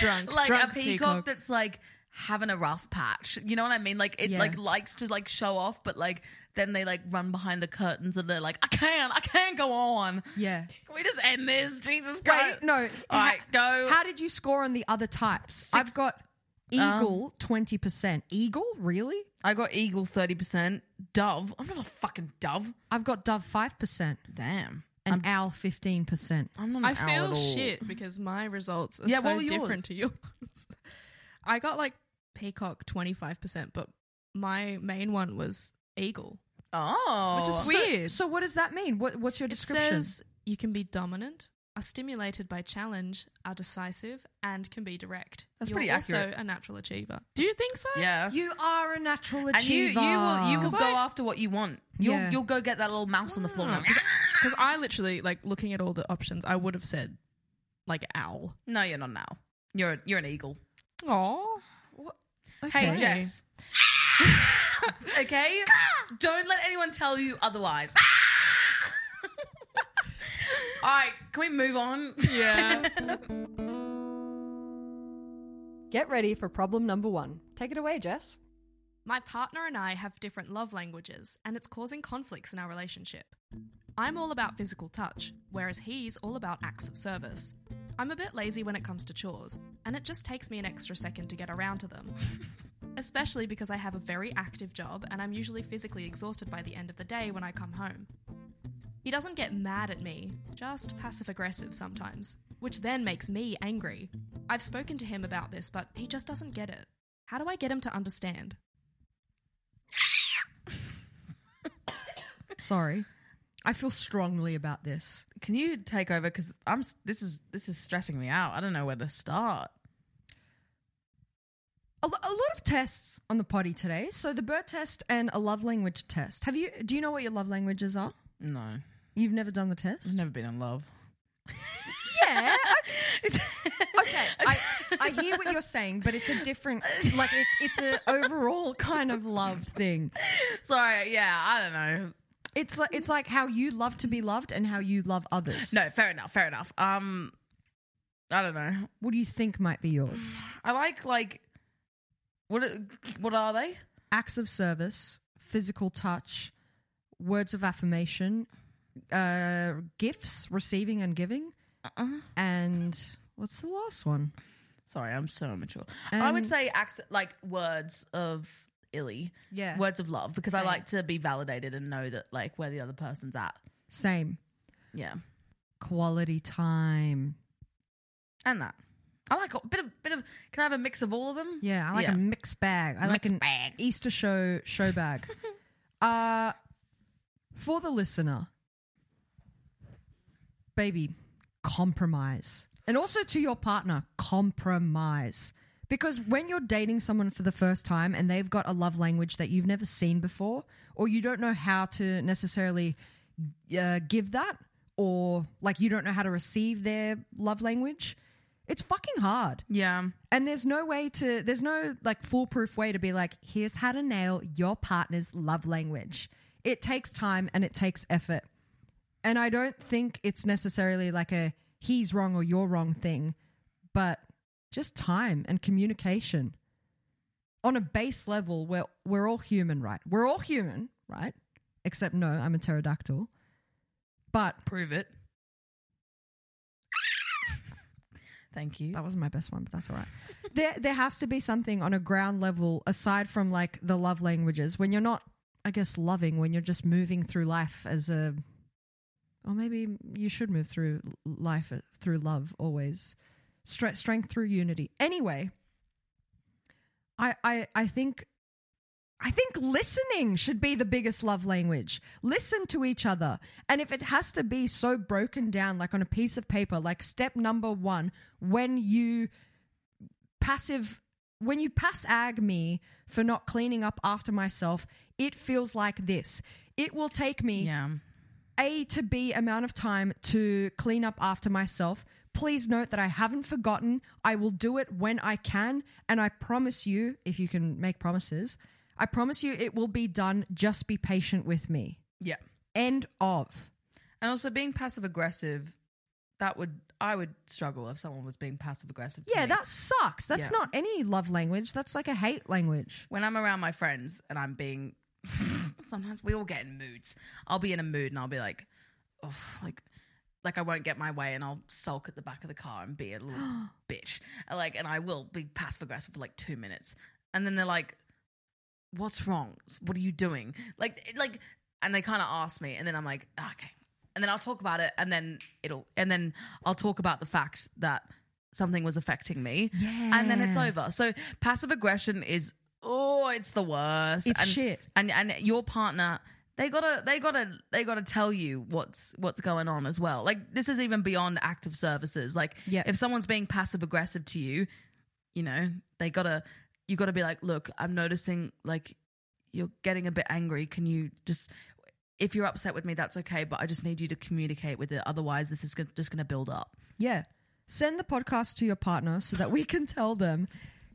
[SPEAKER 2] Drunk,
[SPEAKER 4] Like
[SPEAKER 2] drunk
[SPEAKER 4] a peacock, that's like having a rough patch. You know what I mean? Like it
[SPEAKER 3] Yeah.
[SPEAKER 4] like likes to like show off, but like then they like run behind the curtains and they're like, I can't, I can't go on.
[SPEAKER 3] Yeah.
[SPEAKER 4] Can we just end this? Jesus
[SPEAKER 3] Wait,
[SPEAKER 4] Christ.
[SPEAKER 3] no.
[SPEAKER 4] All right,
[SPEAKER 3] Ha-
[SPEAKER 4] go. Um,
[SPEAKER 3] How did you score on the other types? i I've got eagle twenty percent. Eagle, really?
[SPEAKER 4] I got eagle 30%, dove. I'm not a fucking dove.
[SPEAKER 3] I've got dove five percent
[SPEAKER 4] Damn.
[SPEAKER 3] and owl fifteen percent.
[SPEAKER 4] I'm not an
[SPEAKER 2] I
[SPEAKER 4] owl at
[SPEAKER 2] feel
[SPEAKER 4] all.
[SPEAKER 2] shit because my results are
[SPEAKER 4] Yeah, what
[SPEAKER 2] so
[SPEAKER 4] were yours?
[SPEAKER 2] different to yours. I got like peacock 25%, but my main one was eagle,
[SPEAKER 4] Oh.
[SPEAKER 2] which is weird.
[SPEAKER 3] So what does that mean? What What's your
[SPEAKER 2] it
[SPEAKER 3] description?
[SPEAKER 2] says you can be dominant, are stimulated by challenge, are decisive, and can be direct.
[SPEAKER 4] That's
[SPEAKER 2] You're
[SPEAKER 4] pretty
[SPEAKER 2] also
[SPEAKER 4] accurate.
[SPEAKER 2] a natural achiever. Do you think so?
[SPEAKER 4] Yeah.
[SPEAKER 3] you are a natural
[SPEAKER 4] and you,
[SPEAKER 3] achiever.
[SPEAKER 4] you will, you will
[SPEAKER 2] Cause
[SPEAKER 4] go
[SPEAKER 2] I-
[SPEAKER 4] after what you want. You'll,
[SPEAKER 3] Yeah.
[SPEAKER 4] you'll go get that little mouse on the floor. and go,
[SPEAKER 2] Because I literally, like, looking at all the options, I would have said, like, owl.
[SPEAKER 4] No, you're not now. You're you're an eagle.
[SPEAKER 2] Oh,
[SPEAKER 4] Hey
[SPEAKER 2] Okay.
[SPEAKER 4] Jess. okay? Don't let anyone tell you otherwise. All right, can we move on?
[SPEAKER 2] yeah.
[SPEAKER 3] Get ready for problem number one. Take it away, Jess.
[SPEAKER 5] My partner and I have different love languages, and it's causing conflicts in our relationship. I'm all about physical touch, whereas he's all about acts of service. I'm a bit lazy when it comes to chores, and it just takes me an extra second to get around to them. Especially because I have a very active job and I'm usually physically exhausted by the end of the day when I come home. He doesn't get mad at me, just passive aggressive sometimes, which then makes me angry. I've spoken to him about this, but he just doesn't get it. How do I get him to understand?
[SPEAKER 3] Sorry. I feel strongly about this.
[SPEAKER 4] Can you take over cuz I'm s- this is this is stressing me out. I don't know where to start.
[SPEAKER 3] A, lo- a lot of tests on the potty today. So the bird test and a love language test. Have you? Do you know what your love languages are?
[SPEAKER 4] No.
[SPEAKER 3] You've never done the test.
[SPEAKER 4] I've never been in love.
[SPEAKER 3] Yeah. okay. I, I hear what you're saying, but it's a different, like it, it's an overall kind of love thing.
[SPEAKER 4] Sorry, yeah, I don't know.
[SPEAKER 3] It's like it's like how you love to be loved and how you love others.
[SPEAKER 4] No, fair enough, fair enough. Um I don't know.
[SPEAKER 3] What do you think might be yours?
[SPEAKER 4] I like like what are- what are they?
[SPEAKER 3] acts of service, physical touch, words of affirmation, uh, gifts, receiving and giving,
[SPEAKER 4] Uh-uh.
[SPEAKER 3] and what's the last one?
[SPEAKER 4] Sorry, I'm so immature. I
[SPEAKER 3] Um,
[SPEAKER 4] would say acts like words of illy,
[SPEAKER 3] Yeah.
[SPEAKER 4] words of love, because I
[SPEAKER 3] Same.
[SPEAKER 4] like to be validated and know that like where the other person's at.
[SPEAKER 3] Same
[SPEAKER 4] Yeah,
[SPEAKER 3] quality time.
[SPEAKER 4] and that I like a bit of bit of. Can I have a mix of all of them?
[SPEAKER 3] Yeah, I like a mixed bag. I like
[SPEAKER 4] Mixed
[SPEAKER 3] an
[SPEAKER 4] bag.
[SPEAKER 3] Easter show show bag. uh, for the listener, baby, compromise, and also to your partner, compromise. Because when you're dating someone for the first time and they've got a love language that you've never seen before, or you don't know how to necessarily uh, give that, or like you don't know how to receive their love language, it's fucking hard.
[SPEAKER 4] yeah.
[SPEAKER 3] And there's no way to, there's no like foolproof way to be like, here's how to nail your partner's love language. It takes time and it takes effort. And I don't think it's necessarily like a he's wrong or you're wrong thing, but just time and communication on a base level where we're all human, right? We're all human, right? Except no, I'm a pterodactyl. But
[SPEAKER 4] Prove it. Thank you.
[SPEAKER 3] That was my best one, but that's all right. there, there has to be something on a ground level aside from like the love languages when you're not, I guess, loving when you're just moving through life as a. Or maybe you should move through l- life uh, through love always. Stre- strength through unity. Anyway, I, I I think I think listening should be the biggest love language. Listen to each other. And if it has to be so broken down like on a piece of paper, like step number 1, when you passive when you pass ag me for not cleaning up after myself, it feels like this. It will take me
[SPEAKER 4] Yeah.
[SPEAKER 3] a to B amount of time to clean up after myself. Please note that I haven't forgotten. I will do it when I can. And I promise you, if you can make promises, I promise you it will be done. Just be patient with me.
[SPEAKER 4] Yeah.
[SPEAKER 3] End of.
[SPEAKER 4] And also being passive aggressive, that would I would struggle if someone was being passive aggressive. to
[SPEAKER 3] Yeah,
[SPEAKER 4] me.
[SPEAKER 3] that sucks. That's
[SPEAKER 4] Yeah.
[SPEAKER 3] not any love language. That's like a hate language.
[SPEAKER 4] when I'm around my friends and I'm being sometimes we all get in moods. I'll be in a mood and I'll be like, oh, like like I won't get my way and I'll sulk at the back of the car and be a little bitch. Like and I will be passive aggressive for like two minutes. And then they're like, What's wrong? What are you doing? Like it- like and they kinda ask me and then I'm like, "Ah, okay. And then I'll talk about it and then it'll and then I'll talk about the fact that something was affecting me. And then it's
[SPEAKER 3] Yeah.
[SPEAKER 4] over. So passive aggression is oh, it's the worst.
[SPEAKER 3] It's
[SPEAKER 4] and,
[SPEAKER 3] shit.
[SPEAKER 4] And and your partner, they gotta they gotta they gotta tell you what's what's going on as well. Like this is even beyond active services. Like
[SPEAKER 3] Yeah.
[SPEAKER 4] if someone's being passive aggressive to you, you know, they gotta you gotta be like, look, I'm noticing like you're getting a bit angry. Can you just if you're upset with me, that's okay, but I just need you to communicate with it. Otherwise, this is go- just going to build up.
[SPEAKER 3] Yeah. Send the podcast to your partner so that we can tell them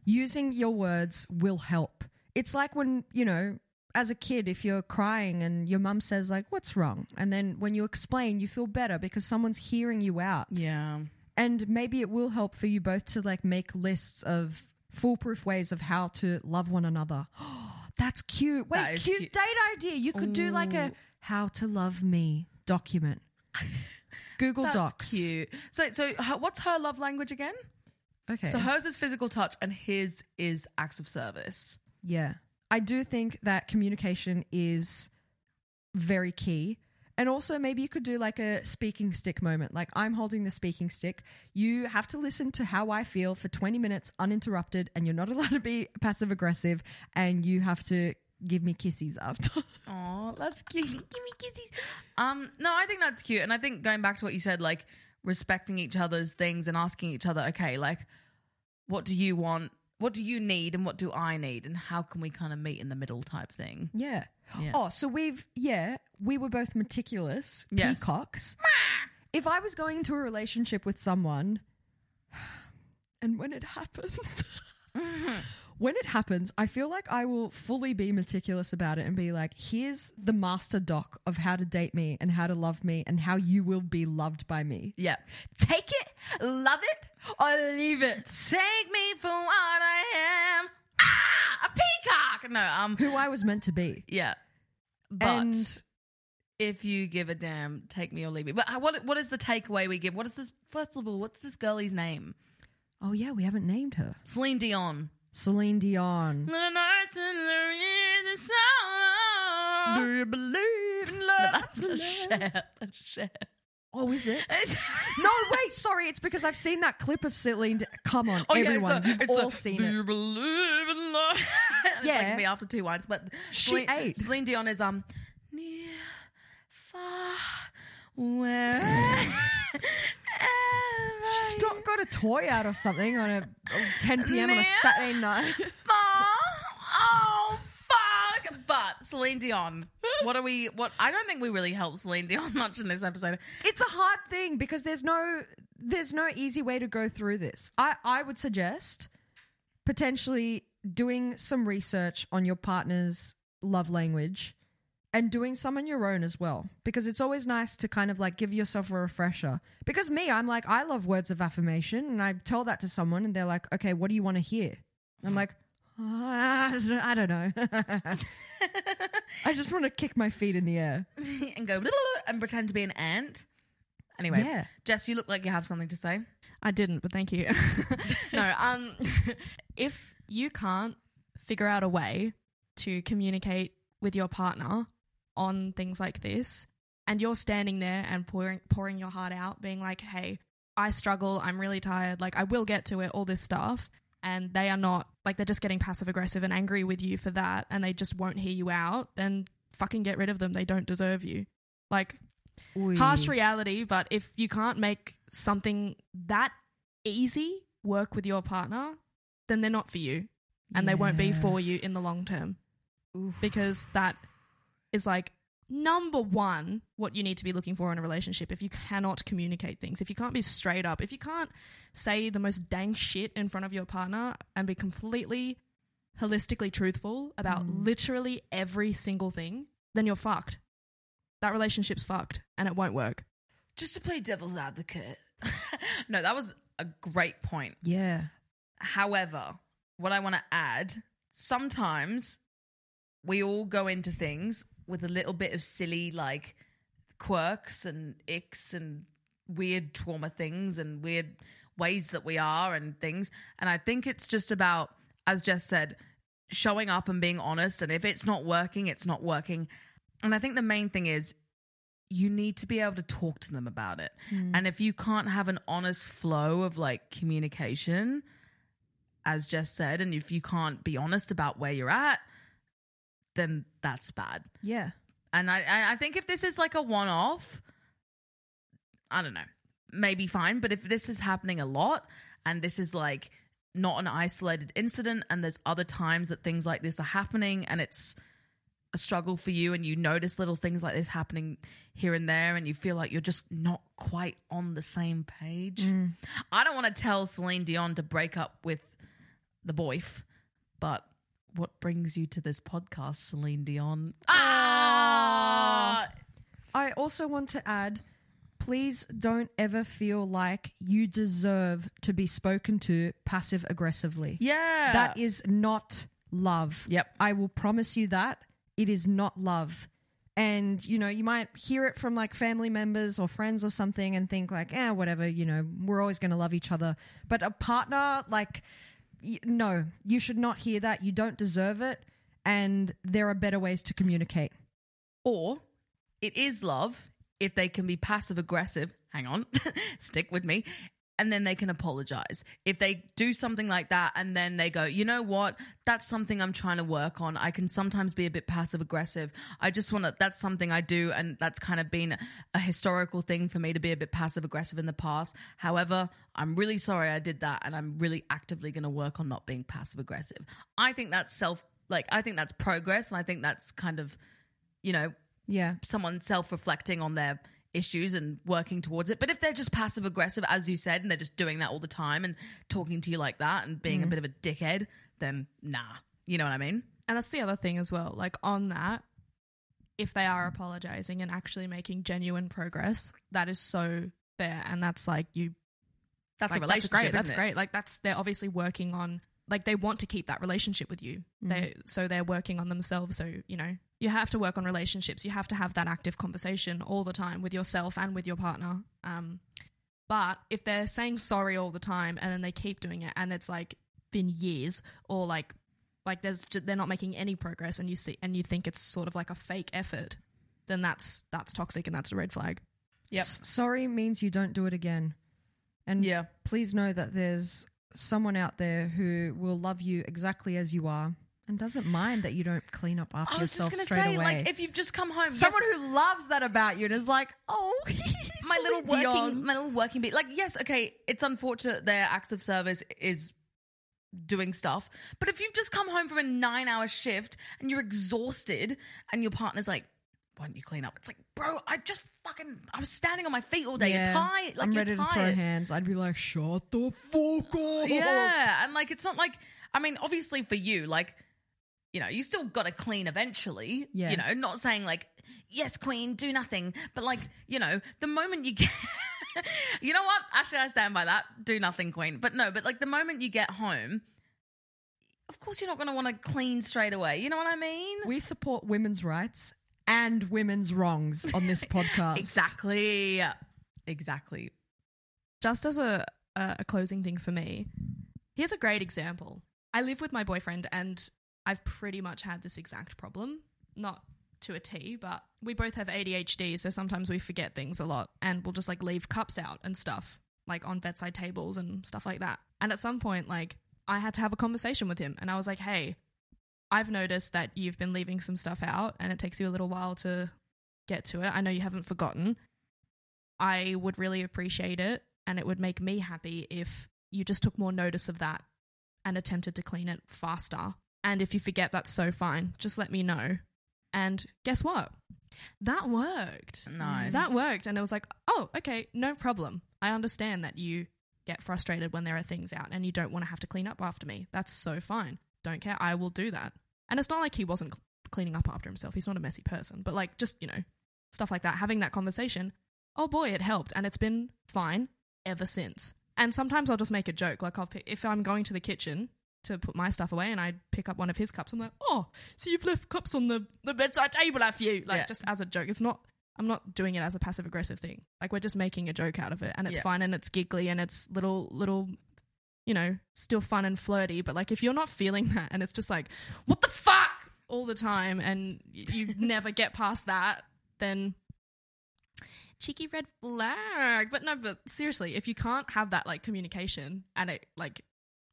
[SPEAKER 3] using your words will help. It's like when, you know, as a kid, if you're crying and your mum says, like, what's wrong? And then when you explain, you feel better because someone's hearing you out.
[SPEAKER 4] Yeah.
[SPEAKER 3] And maybe it will help for you both to like make lists of foolproof ways of how to love one another. That's cute. Wait,
[SPEAKER 4] That is
[SPEAKER 3] cute,
[SPEAKER 4] cute.
[SPEAKER 3] date idea. You could do like a how to love me document. Google
[SPEAKER 4] That's
[SPEAKER 3] Docs.
[SPEAKER 4] cute. So, so her, what's her love language again?
[SPEAKER 3] Okay.
[SPEAKER 4] So hers is physical touch, and his is acts of service.
[SPEAKER 3] Yeah. I do think that communication is very key. And also, maybe you could do like a speaking stick moment. Like, I'm holding the speaking stick. You have to listen to how I feel for 20 minutes uninterrupted, and you're not allowed to be passive aggressive, and you have to give me kisses after.
[SPEAKER 4] Oh, that's cute. Give me kisses. Um, no, I think that's cute, and I think going back to what you said, like respecting each other's things and asking each other, okay, like, what do you want? What do you need, and what do I need, and how can we kind of meet in the middle type thing?
[SPEAKER 3] Yeah.
[SPEAKER 4] Yeah.
[SPEAKER 3] Oh, so we've yeah, we were both meticulous
[SPEAKER 4] Yes.
[SPEAKER 3] peacocks. If I was going into a relationship with someone, and when it happens,
[SPEAKER 4] Mm-hmm.
[SPEAKER 3] when it happens, I feel like I will fully be meticulous about it and be like, here's the master doc of how to date me and how to love me and how you will be loved by me.
[SPEAKER 4] Yeah.
[SPEAKER 3] Take it, love it, or leave it.
[SPEAKER 4] Take me for what I am. Ah, a peacock. No, um,
[SPEAKER 3] Who I was meant to be.
[SPEAKER 4] yeah. But
[SPEAKER 3] And-
[SPEAKER 4] if you give a damn, take me or leave me. But uh, what what is the takeaway we give? What is this? First of all, what's this girlie's name?
[SPEAKER 3] Oh yeah, we haven't named her.
[SPEAKER 4] Celine Dion.
[SPEAKER 3] Celine Dion.
[SPEAKER 4] The nights and there is a song.
[SPEAKER 3] Do you believe in
[SPEAKER 4] No,
[SPEAKER 3] love?
[SPEAKER 4] that's a share. That's a share.
[SPEAKER 3] Oh, is it?
[SPEAKER 4] It's-
[SPEAKER 3] no, wait, sorry. It's because I've seen that clip of Celine. D- Come on,
[SPEAKER 4] Oh, yeah, it's
[SPEAKER 3] everyone.
[SPEAKER 4] a-
[SPEAKER 3] You've
[SPEAKER 4] it's a,
[SPEAKER 3] all seen
[SPEAKER 4] Do
[SPEAKER 3] it.
[SPEAKER 4] you believe in love? it's like
[SPEAKER 3] Yeah.
[SPEAKER 4] me after two wines, but
[SPEAKER 3] She
[SPEAKER 4] Celine,
[SPEAKER 3] ate.
[SPEAKER 4] Celine Dion is um near, far, wherever.
[SPEAKER 3] She's not got a toy out or something on a oh, 10 p.m. on a
[SPEAKER 4] Near,
[SPEAKER 3] Saturday night.
[SPEAKER 4] far. Oh fuck! But Celine Dion, what are we? What I don't think we really helped Celine Dion much in this episode.
[SPEAKER 3] It's a hard thing because there's no there's no easy way to go through this. I I would suggest potentially doing some research on your partner's love language and doing some on your own as well because it's always nice to kind of like give yourself a refresher because me i'm like i love words of affirmation and i tell that to someone and they're like okay what do you want to hear And i'm like "Ah, i don't know i just want to kick my feet in the air
[SPEAKER 4] and go "Bleh," and pretend to be an ant. Anyway,
[SPEAKER 3] Yeah.
[SPEAKER 4] Jess, you look like you have something to say.
[SPEAKER 2] I didn't, but thank you. no, um, if you can't figure out a way to communicate with your partner on things like this, and you're standing there and pouring pouring your heart out, being like, "Hey, I struggle. I'm really tired. Like, I will get to it. All this stuff." And they are not like they're just getting passive aggressive and angry with you for that, and they just won't hear you out. Then fucking get rid of them. They don't deserve you. Like
[SPEAKER 3] Mm.
[SPEAKER 2] harsh reality, but if you can't make something that easy work with your partner, then they're not for you, and they won't be for you in the long term because that is like number one what you need to be looking for in a relationship if you cannot communicate things if you can't be straight up if you can't say the most dang shit in front of your partner and be completely holistically truthful about literally every single thing then you're fucked that relationship's fucked and it won't work
[SPEAKER 4] Just to play devil's advocate. no, that was a great point.
[SPEAKER 3] Yeah.
[SPEAKER 4] However, what I want to add sometimes we all go into things with a little bit of silly, like quirks and icks and weird trauma things and weird ways that we are and things. And I think it's just about, as Jess said, showing up and being honest. And if it's not working, it's not working. And I think the main thing is you need to be able to talk to them about it. And if you can't have an honest flow of like communication, as Jess said, and if you can't be honest about where you're at, then that's bad.
[SPEAKER 3] Yeah.
[SPEAKER 4] And I- I, I think if this is like a one off, I don't know, maybe fine. But if this is happening a lot and this is like not an isolated incident and there's other times that things like this are happening and it's a struggle for you and you notice little things like this happening here and there and you feel like you're just not quite on the same page. I don't want to tell Celine Dion to break up with the boyf, but what brings you to this podcast, Celine Dion? Ah!
[SPEAKER 3] I also want to add please don't ever feel like you deserve to be spoken to passive aggressively.
[SPEAKER 4] Yeah.
[SPEAKER 3] That is not love.
[SPEAKER 4] Yep.
[SPEAKER 3] I will promise you that. It is not love. And, you know, you might hear it from like family members or friends or something and think, like, eh, whatever, you know, we're always going to love each other. But a partner, like, y- no, you should not hear that. You don't deserve it. And there are better ways to communicate.
[SPEAKER 4] Or it is love if they can be passive aggressive. Hang on, stick with me. And then they can apologize. If they do something like that and then they go, you know what? That's something I'm trying to work on. I can sometimes be a bit passive aggressive. I just want to, that's something I do. And that's kind of been a historical thing for me to be a bit passive aggressive in the past. However, I'm really sorry I did that. And I'm really actively going to work on not being passive aggressive. I think that's self, like, I think that's progress. And I think that's kind of, you know,
[SPEAKER 3] Yeah.
[SPEAKER 4] someone self reflecting on their issues and working towards it. But if they're just passive aggressive, as you said, and they're just doing that all the time and talking to you like that and being a bit of a dickhead, then nah. You know what I mean?
[SPEAKER 2] And that's the other thing as well. Like on that, if they are apologizing and actually making genuine progress, that is so fair. And that's like you.
[SPEAKER 4] That's
[SPEAKER 2] like,
[SPEAKER 4] a relationship.
[SPEAKER 2] That's great.
[SPEAKER 4] isn't
[SPEAKER 2] that's
[SPEAKER 4] it?
[SPEAKER 2] great. Like that's they're obviously working on. Like they want to keep that relationship with you.
[SPEAKER 4] Mm-hmm.
[SPEAKER 2] They so they're working on themselves. So you know you have to work on relationships. You have to have that active conversation all the time with yourself and with your partner. Um, but if they're saying sorry all the time and then they keep doing it and it's like been years or like like there's ju- they're not making any progress and you see and you think it's sort of like a fake effort, then that's that's toxic and that's a red flag.
[SPEAKER 4] Yep.
[SPEAKER 3] S- sorry means you don't do it again. And
[SPEAKER 4] Yeah.
[SPEAKER 3] please know that there's someone out there who will love you exactly as you are and doesn't mind that you don't clean up after
[SPEAKER 4] I was just
[SPEAKER 3] yourself
[SPEAKER 4] gonna say,
[SPEAKER 3] straight away.
[SPEAKER 4] like, if you've just come home,
[SPEAKER 3] someone
[SPEAKER 4] yes,
[SPEAKER 3] who loves that about you and is like, oh,
[SPEAKER 4] my little
[SPEAKER 3] Celine
[SPEAKER 4] working,
[SPEAKER 3] Dion.
[SPEAKER 4] my little working bit. Like, yes, okay, it's unfortunate their acts of service is doing stuff, but if you've just come home from a nine-hour shift and you're exhausted, and your partner's like, "Why don't you clean up?" It's like, bro, I just fucking, I was standing on my feet all day. You're
[SPEAKER 3] Yeah,
[SPEAKER 4] tired. Like,
[SPEAKER 3] I'm
[SPEAKER 4] you're
[SPEAKER 3] ready
[SPEAKER 4] tired.
[SPEAKER 3] to throw hands. I'd be like, shut the fuck up.
[SPEAKER 4] Yeah, and like it's not like I mean, obviously for you, like you know, you still got to clean eventually.
[SPEAKER 3] Yeah.
[SPEAKER 4] You know, not saying like yes, queen, do nothing, but like you know, the moment you get, you know what? Actually, I stand by that. Do nothing, queen. But no, but like the moment you get home, of course you're not going to want to clean straight away. You know what I mean?
[SPEAKER 3] We support women's rights and women's wrongs on this podcast.
[SPEAKER 4] exactly, exactly.
[SPEAKER 2] just as a, a a closing thing for me, here's a great example. I live with my boyfriend, and I've pretty much had this exact problem. Not to a T, but we both have ADHD, so sometimes we forget things a lot and we'll just like leave cups out and stuff, like on bedside tables and stuff like that. And at some point, like I had to have a conversation with him and I was like, hey, I've noticed that you've been leaving some stuff out and it takes you a little while to get to it. I know you haven't forgotten. I would really appreciate it and it would make me happy if you just took more notice of that and attempted to clean it faster. And if you forget, that's so fine. Just let me know. And guess what? That worked.
[SPEAKER 4] Nice.
[SPEAKER 2] That worked. And it was like, oh, okay, no problem. I understand that you get frustrated when there are things out and you don't want to have to clean up after me. That's so fine. Don't care. I will do that. And it's not like he wasn't cl- cleaning up after himself. He's not a messy person, but like just, you know, stuff like that, having that conversation. Oh boy, it helped. And it's been fine ever since. And sometimes I'll just make a joke. Like, I'll pick, if I'm going to the kitchen to put my stuff away and I pick up one of his cups, I'm like, oh, so you've left cups on the, the bedside table, have you? Like,
[SPEAKER 4] Yeah.
[SPEAKER 2] just as a joke. It's not, I'm not doing it as a passive aggressive thing. Like, we're just making a joke out of it and it's
[SPEAKER 4] Yeah.
[SPEAKER 2] fun and it's giggly and it's little, little, you know, still fun and flirty. But like, if you're not feeling that and it's just like, what the fuck all the time and y- you never get past that, then cheeky red flag. But no, but seriously, if you can't have that like communication and it like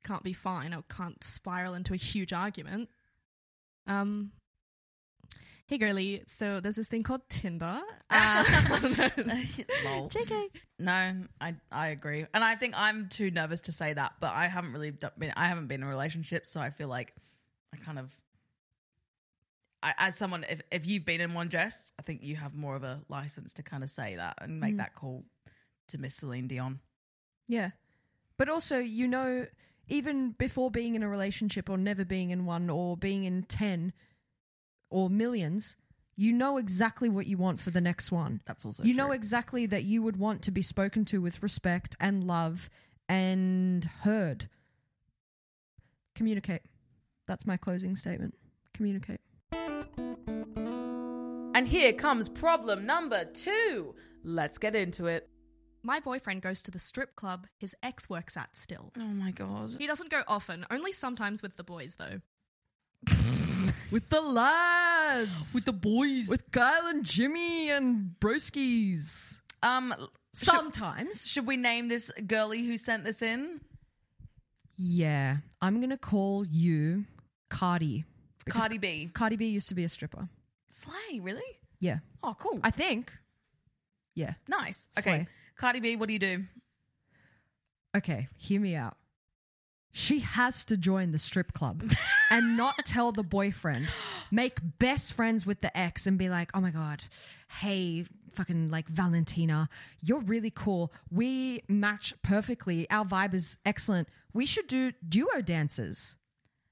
[SPEAKER 2] can't be fine or can't spiral into a huge argument, um, hey girly, so there's this thing called Tinder. Uh,
[SPEAKER 4] Lol.
[SPEAKER 2] JK.
[SPEAKER 4] No, I I agree, and I think I'm too nervous to say that. But I haven't really d- been I haven't been in a relationship, so I feel like I kind of, I, as someone, if if you've been in one, Jess, I think you have more of a license to kind of say that and make that call to Miss Celine Dion.
[SPEAKER 3] Yeah. But also, you know, even before being in a relationship or never being in one or being in 10 or millions, you know exactly what you want for the next one.
[SPEAKER 4] That's also
[SPEAKER 3] you
[SPEAKER 4] true.
[SPEAKER 3] know exactly that you would want to be spoken to with respect and love and heard. Communicate. That's my closing statement. Communicate.
[SPEAKER 4] And here comes problem number two. Let's get into it.
[SPEAKER 2] My boyfriend goes to the strip club his ex works at still.
[SPEAKER 4] Oh my god!
[SPEAKER 2] He doesn't go often, only sometimes with the boys though.
[SPEAKER 3] With the lads.
[SPEAKER 4] the boys.
[SPEAKER 3] Kyle and Jimmy and broskies.
[SPEAKER 4] um, should,
[SPEAKER 3] Sometimes.
[SPEAKER 4] should we name this girly who sent this in?
[SPEAKER 3] Yeah, I'm gonna call you Cardi. Because
[SPEAKER 4] Cardi B.
[SPEAKER 3] Cardi B used to be a stripper.
[SPEAKER 4] Slay, really?
[SPEAKER 3] Yeah,
[SPEAKER 4] Oh, cool.
[SPEAKER 3] I think. Yeah.
[SPEAKER 4] Nice. Okay.
[SPEAKER 3] Slay.
[SPEAKER 4] Cardi B, what do you do?
[SPEAKER 3] Okay, hear me out. She has to join the strip club and not tell the boyfriend. Make best friends with the ex and be like, oh my God, hey, fucking like Valentina, you're really cool. We match perfectly. Our vibe is excellent. We should do duo dances.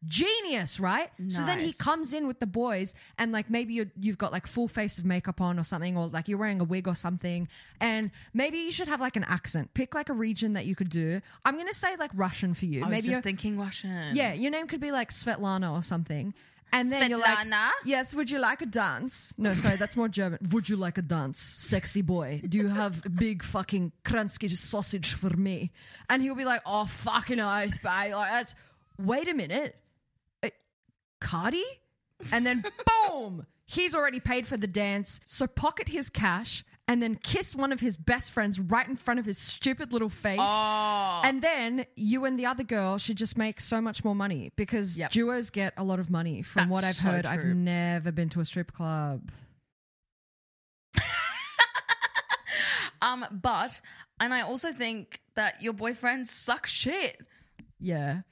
[SPEAKER 3] Genius, right? So then he
[SPEAKER 4] Nice.
[SPEAKER 3] comes in with the boys, and like maybe you're, you've got like full face of makeup on or something, or like you're wearing a wig or something. And maybe you should have like an accent. Pick like a region that you could do. I'm going to say like Russian for you.
[SPEAKER 4] I was
[SPEAKER 3] maybe
[SPEAKER 4] just
[SPEAKER 3] you're-
[SPEAKER 4] thinking Russian.
[SPEAKER 3] yeah, your name could be like Svetlana or something. And then you're like,
[SPEAKER 4] Svetlana?
[SPEAKER 3] yes, would you like a dance? No, sorry, that's more German. Would you like a dance, sexy boy? Do you have big fucking Kransky sausage for me? And he'll be like, oh, fucking oath, babe. Like, that's, wait a minute. Uh, Cardi? And then boom, he's already paid for the dance. So pocket his cash and then kiss one of his best friends right in front of his stupid little face.
[SPEAKER 4] Oh.
[SPEAKER 3] And then you and the other girl should just make so much more money because
[SPEAKER 4] Yep.
[SPEAKER 3] duos get a lot of money.
[SPEAKER 4] That's
[SPEAKER 3] From what I've
[SPEAKER 4] so
[SPEAKER 3] heard, I've
[SPEAKER 4] true.
[SPEAKER 3] never been to a strip club.
[SPEAKER 4] Um, but and I also think that your boyfriend sucks shit.
[SPEAKER 3] Yeah.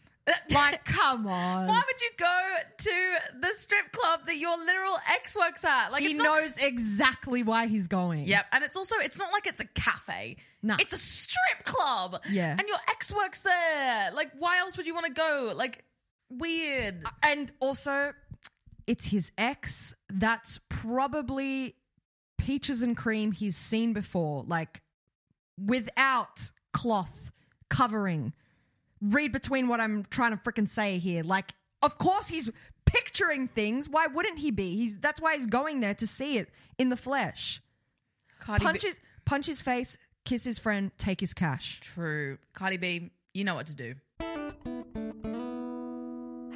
[SPEAKER 3] Like, um, come on.
[SPEAKER 4] Why would you go to the strip club that your literal ex works at? Like
[SPEAKER 3] he
[SPEAKER 4] it's Not-
[SPEAKER 3] knows exactly why he's going.
[SPEAKER 4] Yep, and it's also it's not like it's a cafe.
[SPEAKER 3] Nah.
[SPEAKER 4] It's a strip club.
[SPEAKER 3] Yeah.
[SPEAKER 4] And your ex works there. Like why else would you want to go? Like weird.
[SPEAKER 3] And also, it's his ex. That's probably peaches and cream he's seen before, like without cloth covering. Read between what I'm trying to frickin' say here. Like, of course he's picturing things. Why wouldn't he be? He's that's why he's going there to see it in the flesh.
[SPEAKER 4] Cardi
[SPEAKER 3] punch
[SPEAKER 4] B-
[SPEAKER 3] his punch his face, kiss his friend, take his cash.
[SPEAKER 4] True. Cardi B, you know what to do.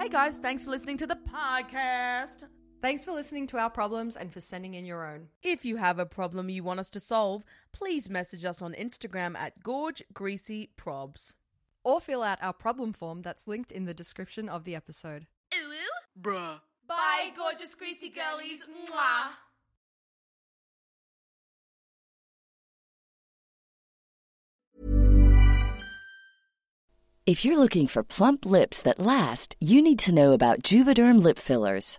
[SPEAKER 4] Hey guys, thanks for listening to the podcast.
[SPEAKER 6] Thanks for listening to our problems and for sending in your own.
[SPEAKER 7] If you have a problem you want us to solve, please message us on Instagram at Gorge Greasy Probs.
[SPEAKER 6] Or fill out our problem form that's linked in the description of the episode.
[SPEAKER 4] Ooh, ooh.
[SPEAKER 7] Bruh.
[SPEAKER 8] Bye, gorgeous greasy girlies. Mwah.
[SPEAKER 9] If you're looking for plump lips that last, you need to know about Juvederm lip fillers.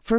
[SPEAKER 9] For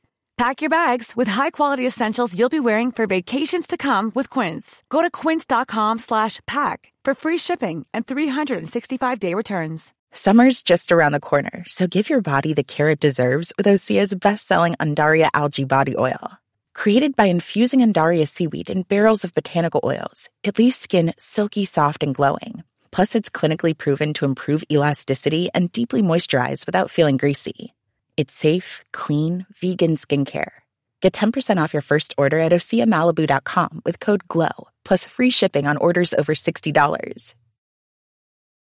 [SPEAKER 10] Pack your bags with high-quality essentials you'll be wearing for vacations to come with Quince. Go to quince.com slash pack for free shipping and 365-day returns.
[SPEAKER 11] Summer's just around the corner, so give your body the care it deserves with Osea's best-selling Andaria Algae Body Oil. Created by infusing Andaria seaweed in barrels of botanical oils, it leaves skin silky soft and glowing. Plus, it's clinically proven to improve elasticity and deeply moisturize without feeling greasy. It's safe, clean, vegan skincare. Get 10% off your first order at oseamalibu.com with code GLOW, plus free shipping on orders over $60.